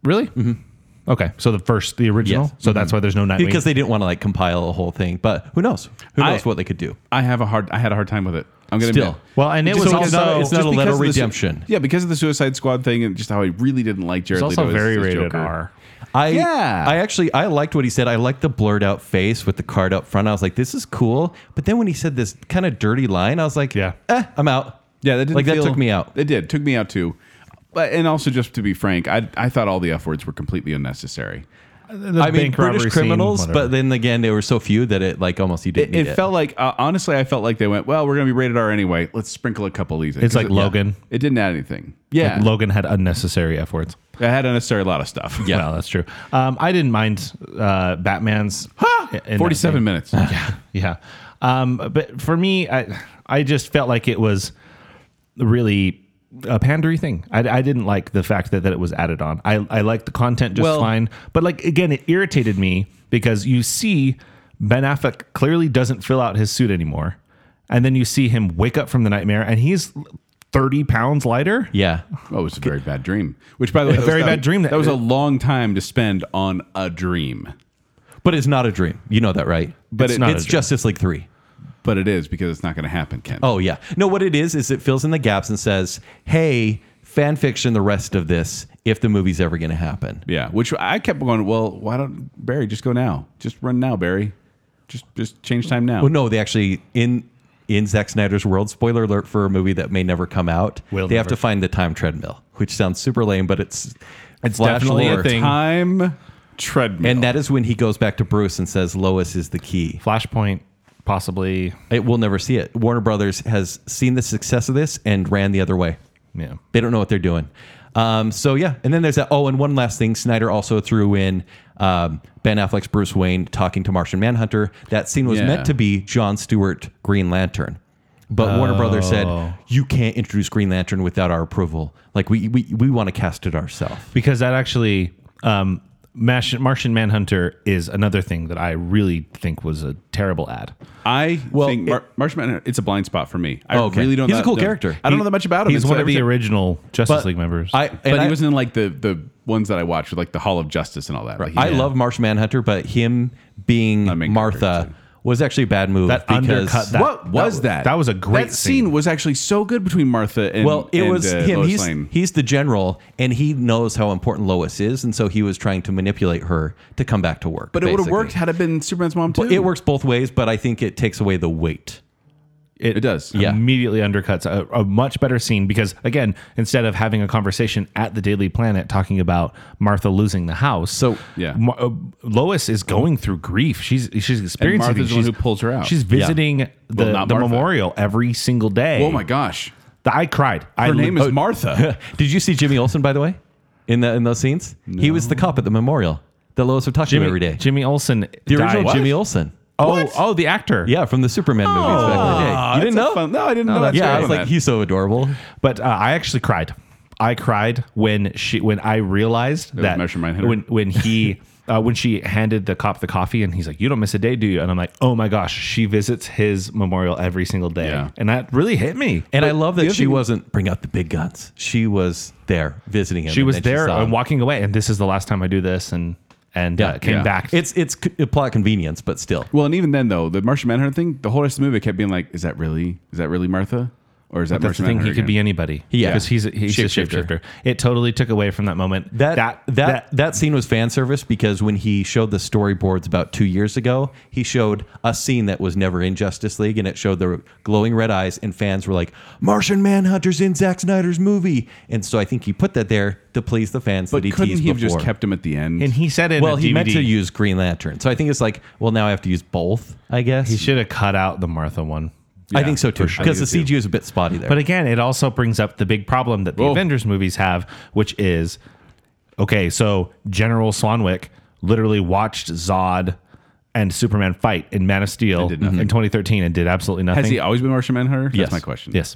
[SPEAKER 3] Really? Mm-hmm. Okay, so the first, the original.
[SPEAKER 2] Yes.
[SPEAKER 3] So that's why there's no Nightwing.
[SPEAKER 2] because they didn't want to like compile a whole thing. But who knows? Who
[SPEAKER 1] I-
[SPEAKER 2] knows what they could do?
[SPEAKER 1] I have a hard. I had a hard time with it. I'm gonna
[SPEAKER 2] Still.
[SPEAKER 1] admit.
[SPEAKER 3] well, and it
[SPEAKER 2] Just
[SPEAKER 3] was
[SPEAKER 2] because-
[SPEAKER 3] also
[SPEAKER 2] it's not
[SPEAKER 1] Just
[SPEAKER 2] a
[SPEAKER 1] because
[SPEAKER 2] letter
[SPEAKER 1] of the sui-
[SPEAKER 2] redemption.
[SPEAKER 1] yeah, because of the Suicide Squad thing and just how I really didn't like Jared
[SPEAKER 3] It's also
[SPEAKER 1] Leto. as-
[SPEAKER 3] very
[SPEAKER 1] as
[SPEAKER 3] rated
[SPEAKER 1] Joker.
[SPEAKER 3] R.
[SPEAKER 2] I
[SPEAKER 1] Yeah.
[SPEAKER 2] I actually I liked what he said. I liked the blurred out face with the card up front. I was like, this is cool. But then when he said this kind of dirty line, I was like,
[SPEAKER 3] Yeah.
[SPEAKER 2] eh, I'm out.
[SPEAKER 1] Yeah, that didn't
[SPEAKER 2] like
[SPEAKER 1] feel-
[SPEAKER 2] that took me out.
[SPEAKER 1] It did took me out too. But and also just to be frank, I I thought all the f words were completely unnecessary.
[SPEAKER 3] The
[SPEAKER 2] I mean,
[SPEAKER 3] bank robbery
[SPEAKER 2] British
[SPEAKER 3] scene,
[SPEAKER 2] criminals,
[SPEAKER 3] whatever.
[SPEAKER 2] but then again, there were so few that it like almost you didn't.
[SPEAKER 1] It,
[SPEAKER 2] need
[SPEAKER 1] it felt like uh, honestly, I felt like they went, "Well, we're gonna be rated R anyway. Let's sprinkle a couple of these." in."
[SPEAKER 3] It's
[SPEAKER 1] 'Cause
[SPEAKER 3] like
[SPEAKER 1] it-
[SPEAKER 3] Logan.
[SPEAKER 1] It didn't add anything. Yeah,
[SPEAKER 3] Like Logan had unnecessary F words.
[SPEAKER 1] I had unnecessary a lot of stuff.
[SPEAKER 3] Yeah, well, that's true. Um, I didn't mind uh, Batman's in- in that
[SPEAKER 1] forty-seven minutes.
[SPEAKER 3] yeah yeah um but for me i i just felt like it was really a pandery thing i, I didn't like the fact that, that it was added on i i liked the content just
[SPEAKER 2] Well-
[SPEAKER 3] fine but like again it irritated me because you see ben affleck clearly doesn't fill out his suit anymore and then you see him wake up from the nightmare and he's 30 pounds lighter
[SPEAKER 2] yeah.
[SPEAKER 1] Oh, it was a very bad dream. Which, by the way, that was-
[SPEAKER 3] very
[SPEAKER 1] that-
[SPEAKER 3] bad dream that-
[SPEAKER 1] That was a long time to spend on a dream,
[SPEAKER 2] But it's not a dream. You know that, right?
[SPEAKER 1] But
[SPEAKER 2] it's,
[SPEAKER 1] it- not
[SPEAKER 2] it's
[SPEAKER 1] a dream.
[SPEAKER 2] Justice League three.
[SPEAKER 1] but it is because it's not going to happen, Ken.
[SPEAKER 2] Oh yeah. No, what it is is it fills in the gaps and says, "Hey, fan fiction the rest of this if the movie's ever going to happen."
[SPEAKER 1] yeah. Which I kept going. Well, why don't Barry just go now? Just run now, Barry. Just just change time now.
[SPEAKER 2] Well, no, they actually in in Zack Snyder's world. Spoiler alert for a movie that may never come out.
[SPEAKER 3] Will
[SPEAKER 2] they have
[SPEAKER 3] never.
[SPEAKER 2] to find the time treadmill, which sounds super lame, but it's it's
[SPEAKER 3] definitely a thing.
[SPEAKER 1] Time treadmill.
[SPEAKER 2] And that is when he goes back to Bruce and says, "Lois is the key."
[SPEAKER 3] flashpoint possibly
[SPEAKER 2] It, we'll never see it. Warner Brothers has seen the success of this and ran the other way.
[SPEAKER 3] yeah
[SPEAKER 2] They don't know what they're doing. Um, so yeah, and then there's that. Oh, and one last thing, Snyder also threw in um, Ben Affleck's Bruce Wayne talking to Martian Manhunter. That scene was
[SPEAKER 1] Yeah.
[SPEAKER 2] meant to be John Stewart Green Lantern, but Warner Brothers
[SPEAKER 3] Oh.
[SPEAKER 2] said you can't introduce Green Lantern without our approval. Like we we, we want to cast it ourselves.
[SPEAKER 3] because that actually um Mash- Martian Manhunter is another thing that I really think was a terrible ad.
[SPEAKER 1] I
[SPEAKER 2] Well,
[SPEAKER 1] think Mar- Marshman. It's a blind spot for me. I
[SPEAKER 2] Oh, okay.
[SPEAKER 1] really don't.
[SPEAKER 2] He's a
[SPEAKER 1] know-
[SPEAKER 2] cool
[SPEAKER 1] don't-
[SPEAKER 2] character.
[SPEAKER 1] I don't
[SPEAKER 2] He-
[SPEAKER 1] know that much about him.
[SPEAKER 3] He's
[SPEAKER 1] and
[SPEAKER 3] one
[SPEAKER 1] so
[SPEAKER 3] of
[SPEAKER 1] every
[SPEAKER 3] the
[SPEAKER 1] time-
[SPEAKER 3] original Justice League members.
[SPEAKER 2] I and
[SPEAKER 1] But
[SPEAKER 2] I,
[SPEAKER 1] he wasn't in like the the ones that I watched, like the Hall of Justice and all that. Like, he-
[SPEAKER 2] I love Martian Manhunter, but him being
[SPEAKER 1] I mean, compared
[SPEAKER 2] Martha was actually a bad move
[SPEAKER 3] That undercut that-
[SPEAKER 1] What was that?
[SPEAKER 3] that was a great
[SPEAKER 1] That scene,
[SPEAKER 3] scene.
[SPEAKER 1] was actually so good between Martha and
[SPEAKER 2] Well, it
[SPEAKER 1] and,
[SPEAKER 2] was
[SPEAKER 1] uh,
[SPEAKER 2] him.
[SPEAKER 1] Lois
[SPEAKER 2] He's,
[SPEAKER 1] Lane.
[SPEAKER 2] he's the general, and he knows how important Lois is, and so he was trying to manipulate her to come back to work.
[SPEAKER 1] But it would have
[SPEAKER 2] basically.
[SPEAKER 1] worked had it been Superman's mom too.
[SPEAKER 2] But it works both ways, but I think it takes away the weight.
[SPEAKER 1] It does.
[SPEAKER 2] Yeah.
[SPEAKER 3] immediately undercuts a, a much better scene because again, instead of having a conversation at the Daily Planet talking about Martha losing the house,
[SPEAKER 2] So-
[SPEAKER 1] Yeah.
[SPEAKER 3] Ma- uh, Lois is going through grief. She's she's experiencing.
[SPEAKER 1] Martha's
[SPEAKER 3] things.
[SPEAKER 1] the one
[SPEAKER 3] She's-
[SPEAKER 1] who pulls her out.
[SPEAKER 3] She's visiting the,
[SPEAKER 1] not
[SPEAKER 3] the
[SPEAKER 1] Martha.
[SPEAKER 3] memorial every single day.
[SPEAKER 1] Oh my gosh.
[SPEAKER 3] The- I cried. I oh,
[SPEAKER 1] Her name
[SPEAKER 3] li-
[SPEAKER 1] is Martha.
[SPEAKER 2] Did you see Jimmy Olsen, by the way, in the in those scenes? He was the cop at the memorial that Lois would talk to
[SPEAKER 3] Jimmy,
[SPEAKER 2] every day.
[SPEAKER 3] Jimmy Olsen.
[SPEAKER 2] the original
[SPEAKER 3] died.
[SPEAKER 2] Jimmy Olsen.
[SPEAKER 3] Oh, oh, the actor.
[SPEAKER 2] Yeah, from the Superman movies back in the day. You didn't
[SPEAKER 1] That's a
[SPEAKER 2] know? Oh,
[SPEAKER 1] fun- no, I didn't know. That's
[SPEAKER 2] yeah, I
[SPEAKER 1] right.
[SPEAKER 2] was like, he's so adorable.
[SPEAKER 3] But uh, I actually cried. I cried when she when I realized that
[SPEAKER 1] Measure Mine Hitter.
[SPEAKER 3] when when he uh, when she handed the cop the coffee and he's like, "You don't miss a day, do you?" And I'm like, "Oh my gosh, she visits his memorial every single day,"
[SPEAKER 1] Yeah.
[SPEAKER 3] and that really hit me.
[SPEAKER 2] And I love
[SPEAKER 1] the
[SPEAKER 2] that
[SPEAKER 1] other
[SPEAKER 2] she
[SPEAKER 1] thing-
[SPEAKER 2] wasn't bring out the big guns. She was there visiting him.
[SPEAKER 3] She
[SPEAKER 2] and
[SPEAKER 3] was
[SPEAKER 2] then
[SPEAKER 3] there
[SPEAKER 2] saw
[SPEAKER 3] and
[SPEAKER 2] him.
[SPEAKER 3] walking away, and this is the last time I do this, and and
[SPEAKER 2] Yeah.
[SPEAKER 3] uh, came
[SPEAKER 1] Yeah.
[SPEAKER 3] back.
[SPEAKER 2] It's it's c- a plot convenience, but still.
[SPEAKER 1] Well, and even then though, the Martian Manhunter thing, the whole rest of the movie I kept being like, is that really is that really Martha? Or is that
[SPEAKER 3] That's
[SPEAKER 1] Martian
[SPEAKER 3] the thing. He
[SPEAKER 1] Manhunter
[SPEAKER 3] could be
[SPEAKER 1] again?
[SPEAKER 3] anybody.
[SPEAKER 2] Yeah.
[SPEAKER 3] because he's a, he's a
[SPEAKER 1] Shapeshifter.
[SPEAKER 3] shapeshifter. It totally took away from that moment.
[SPEAKER 2] That that, that scene was fan service because when he showed the storyboards about two years ago, he showed a scene that was never in Justice League, and it showed the glowing red eyes, and fans were like, "Martian Manhunter's in Zack Snyder's movie," and so I think he put that there to please the fans
[SPEAKER 1] But
[SPEAKER 2] that he
[SPEAKER 1] couldn't
[SPEAKER 2] teased
[SPEAKER 1] he have
[SPEAKER 2] before.
[SPEAKER 1] just kept him at the end?
[SPEAKER 3] and he said in
[SPEAKER 2] well,
[SPEAKER 3] a
[SPEAKER 2] he meant
[SPEAKER 3] DVD,
[SPEAKER 2] to use Green Lantern, so I think it's like, well, now I have to use both. I guess
[SPEAKER 3] He should have cut out the Martha one.
[SPEAKER 2] I think so too,
[SPEAKER 1] sure.
[SPEAKER 2] because
[SPEAKER 1] I
[SPEAKER 2] the
[SPEAKER 1] do, too.
[SPEAKER 2] CG is a bit spotty there.
[SPEAKER 3] But again, it also brings up the big problem that the
[SPEAKER 1] Whoa.
[SPEAKER 3] Avengers movies have, which is okay, so General Swanwick literally watched Zod and Superman fight in Man of Steel
[SPEAKER 1] did
[SPEAKER 3] in 2013 and did absolutely nothing.
[SPEAKER 1] Has he always been Martian Manhunter? That's
[SPEAKER 2] Yes.
[SPEAKER 1] my question.
[SPEAKER 3] yes,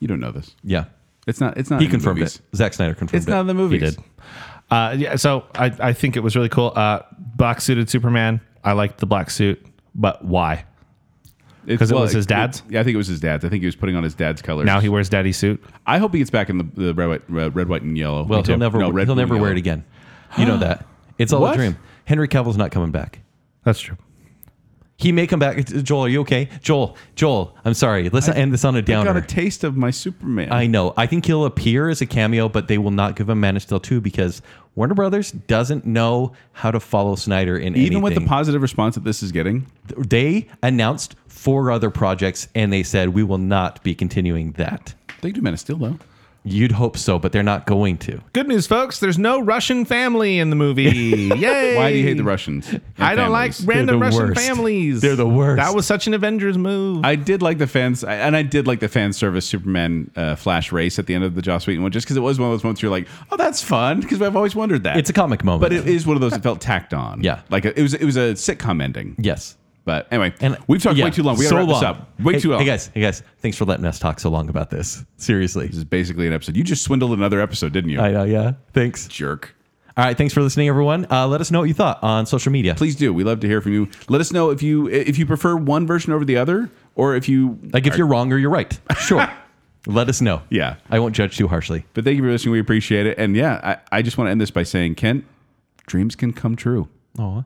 [SPEAKER 1] You don't know this.
[SPEAKER 2] yeah,
[SPEAKER 1] It's not it's not
[SPEAKER 2] he
[SPEAKER 1] in the
[SPEAKER 2] confirmed
[SPEAKER 1] movies.
[SPEAKER 2] it. Zack Snyder confirmed
[SPEAKER 1] It's
[SPEAKER 2] it.
[SPEAKER 1] not in the movies.
[SPEAKER 3] he did. Uh, yeah, so I, I think it was really cool. Uh, black suited Superman. I liked the black suit, but why?
[SPEAKER 1] It's-
[SPEAKER 3] 'Cause it was his dad's?
[SPEAKER 1] yeah, I think it was his dad's. I think he was putting on his dad's colors.
[SPEAKER 3] Now he wears daddy suit.
[SPEAKER 1] I hope he gets back in the, the red, white, red, red, white, and yellow.
[SPEAKER 2] Well, he'll never
[SPEAKER 1] No, red,
[SPEAKER 2] he'll
[SPEAKER 1] blue,
[SPEAKER 2] never
[SPEAKER 1] and
[SPEAKER 2] wear it
[SPEAKER 1] yellow.
[SPEAKER 2] again. You know that. It's all
[SPEAKER 1] What?
[SPEAKER 2] a dream. Henry Cavill's not coming back.
[SPEAKER 3] That's true.
[SPEAKER 2] He may come back. It's- Joel, are you okay? Joel, Joel, I'm sorry. Let's not end this on a
[SPEAKER 1] I got a
[SPEAKER 2] downer.
[SPEAKER 1] taste of my Superman.
[SPEAKER 2] I know. I think he'll appear as a cameo, but they will not give him Man of Steel 2 because Warner Brothers doesn't know how to follow Snyder in
[SPEAKER 1] Even with the
[SPEAKER 2] anything.
[SPEAKER 1] positive response that this is getting,
[SPEAKER 2] they announced four other projects and they said, we will not be continuing that.
[SPEAKER 1] they do Man of Steel though.
[SPEAKER 2] You'd hope so, but they're not going to.
[SPEAKER 3] Good news, folks. There's no Russian family in the movie. Yay!
[SPEAKER 1] Why do you hate the Russians? and
[SPEAKER 3] I don't
[SPEAKER 1] families?
[SPEAKER 3] like random
[SPEAKER 2] the
[SPEAKER 3] Russian
[SPEAKER 2] worst.
[SPEAKER 3] families.
[SPEAKER 2] They're the worst.
[SPEAKER 3] That was such an Avengers move.
[SPEAKER 1] I did like the fans, and I did like the fan service Superman uh, Flash race at the end of the Joss Whedon one, just because it was one of those moments you're like, oh, that's fun, because I've always wondered that.
[SPEAKER 2] It's a comic moment.
[SPEAKER 1] but it is one of those that felt tacked on.
[SPEAKER 2] Yeah.
[SPEAKER 1] like it was it was a sitcom ending.
[SPEAKER 2] yes.
[SPEAKER 1] But anyway,
[SPEAKER 2] And
[SPEAKER 1] we've talked
[SPEAKER 2] yeah,
[SPEAKER 1] way too long. We gotta
[SPEAKER 2] so
[SPEAKER 1] wrap this
[SPEAKER 2] long.
[SPEAKER 1] up. Way
[SPEAKER 2] Hey-
[SPEAKER 1] too long.
[SPEAKER 2] Hey guys, hey guys, thanks for letting us talk so long about this. Seriously.
[SPEAKER 1] This is basically an episode. You just swindled another episode, didn't you?
[SPEAKER 2] I know, yeah. Thanks.
[SPEAKER 1] Jerk.
[SPEAKER 2] All right, thanks for listening, everyone. Uh, let us know what you thought on social media.
[SPEAKER 1] Please do. We love to hear from you. Let us know if you if you prefer one version over the other, or if you
[SPEAKER 2] Like if you're wrong or you're right. Sure. let us know.
[SPEAKER 1] Yeah.
[SPEAKER 2] I won't judge too harshly.
[SPEAKER 1] But thank you for listening. We appreciate it. And yeah, I, I just want to end this by saying, Kent, dreams can come true.
[SPEAKER 2] Aw.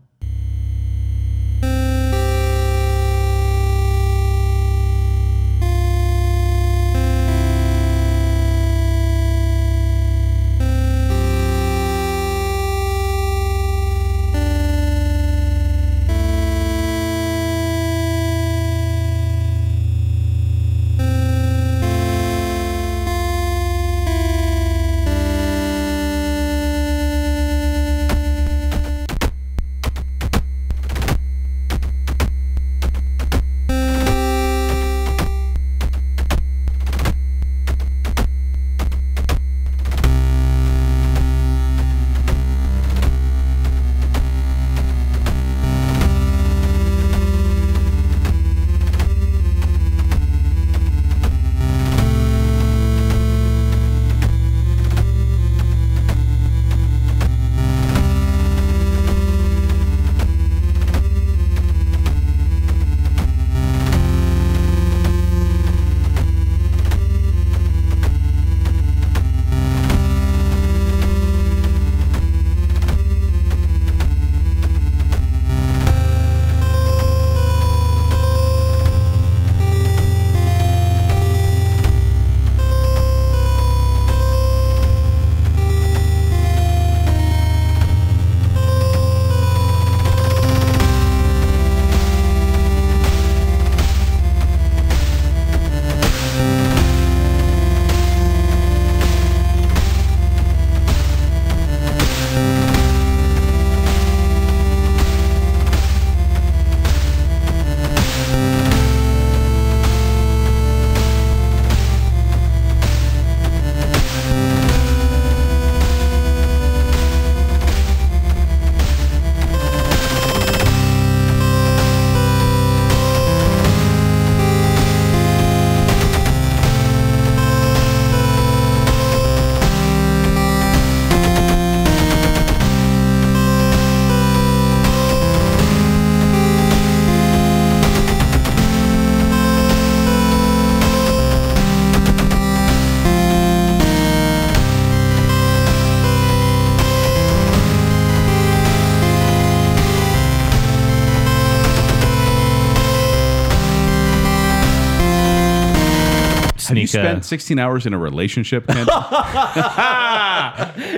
[SPEAKER 1] Have you
[SPEAKER 3] sneak a
[SPEAKER 1] spent 16 hours in a relationship, Kent?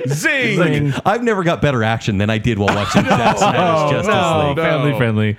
[SPEAKER 3] zing.
[SPEAKER 2] I've never got better action than I did while watching Zack Snyder's Justice League.
[SPEAKER 1] no.
[SPEAKER 3] Oh, Family friendly.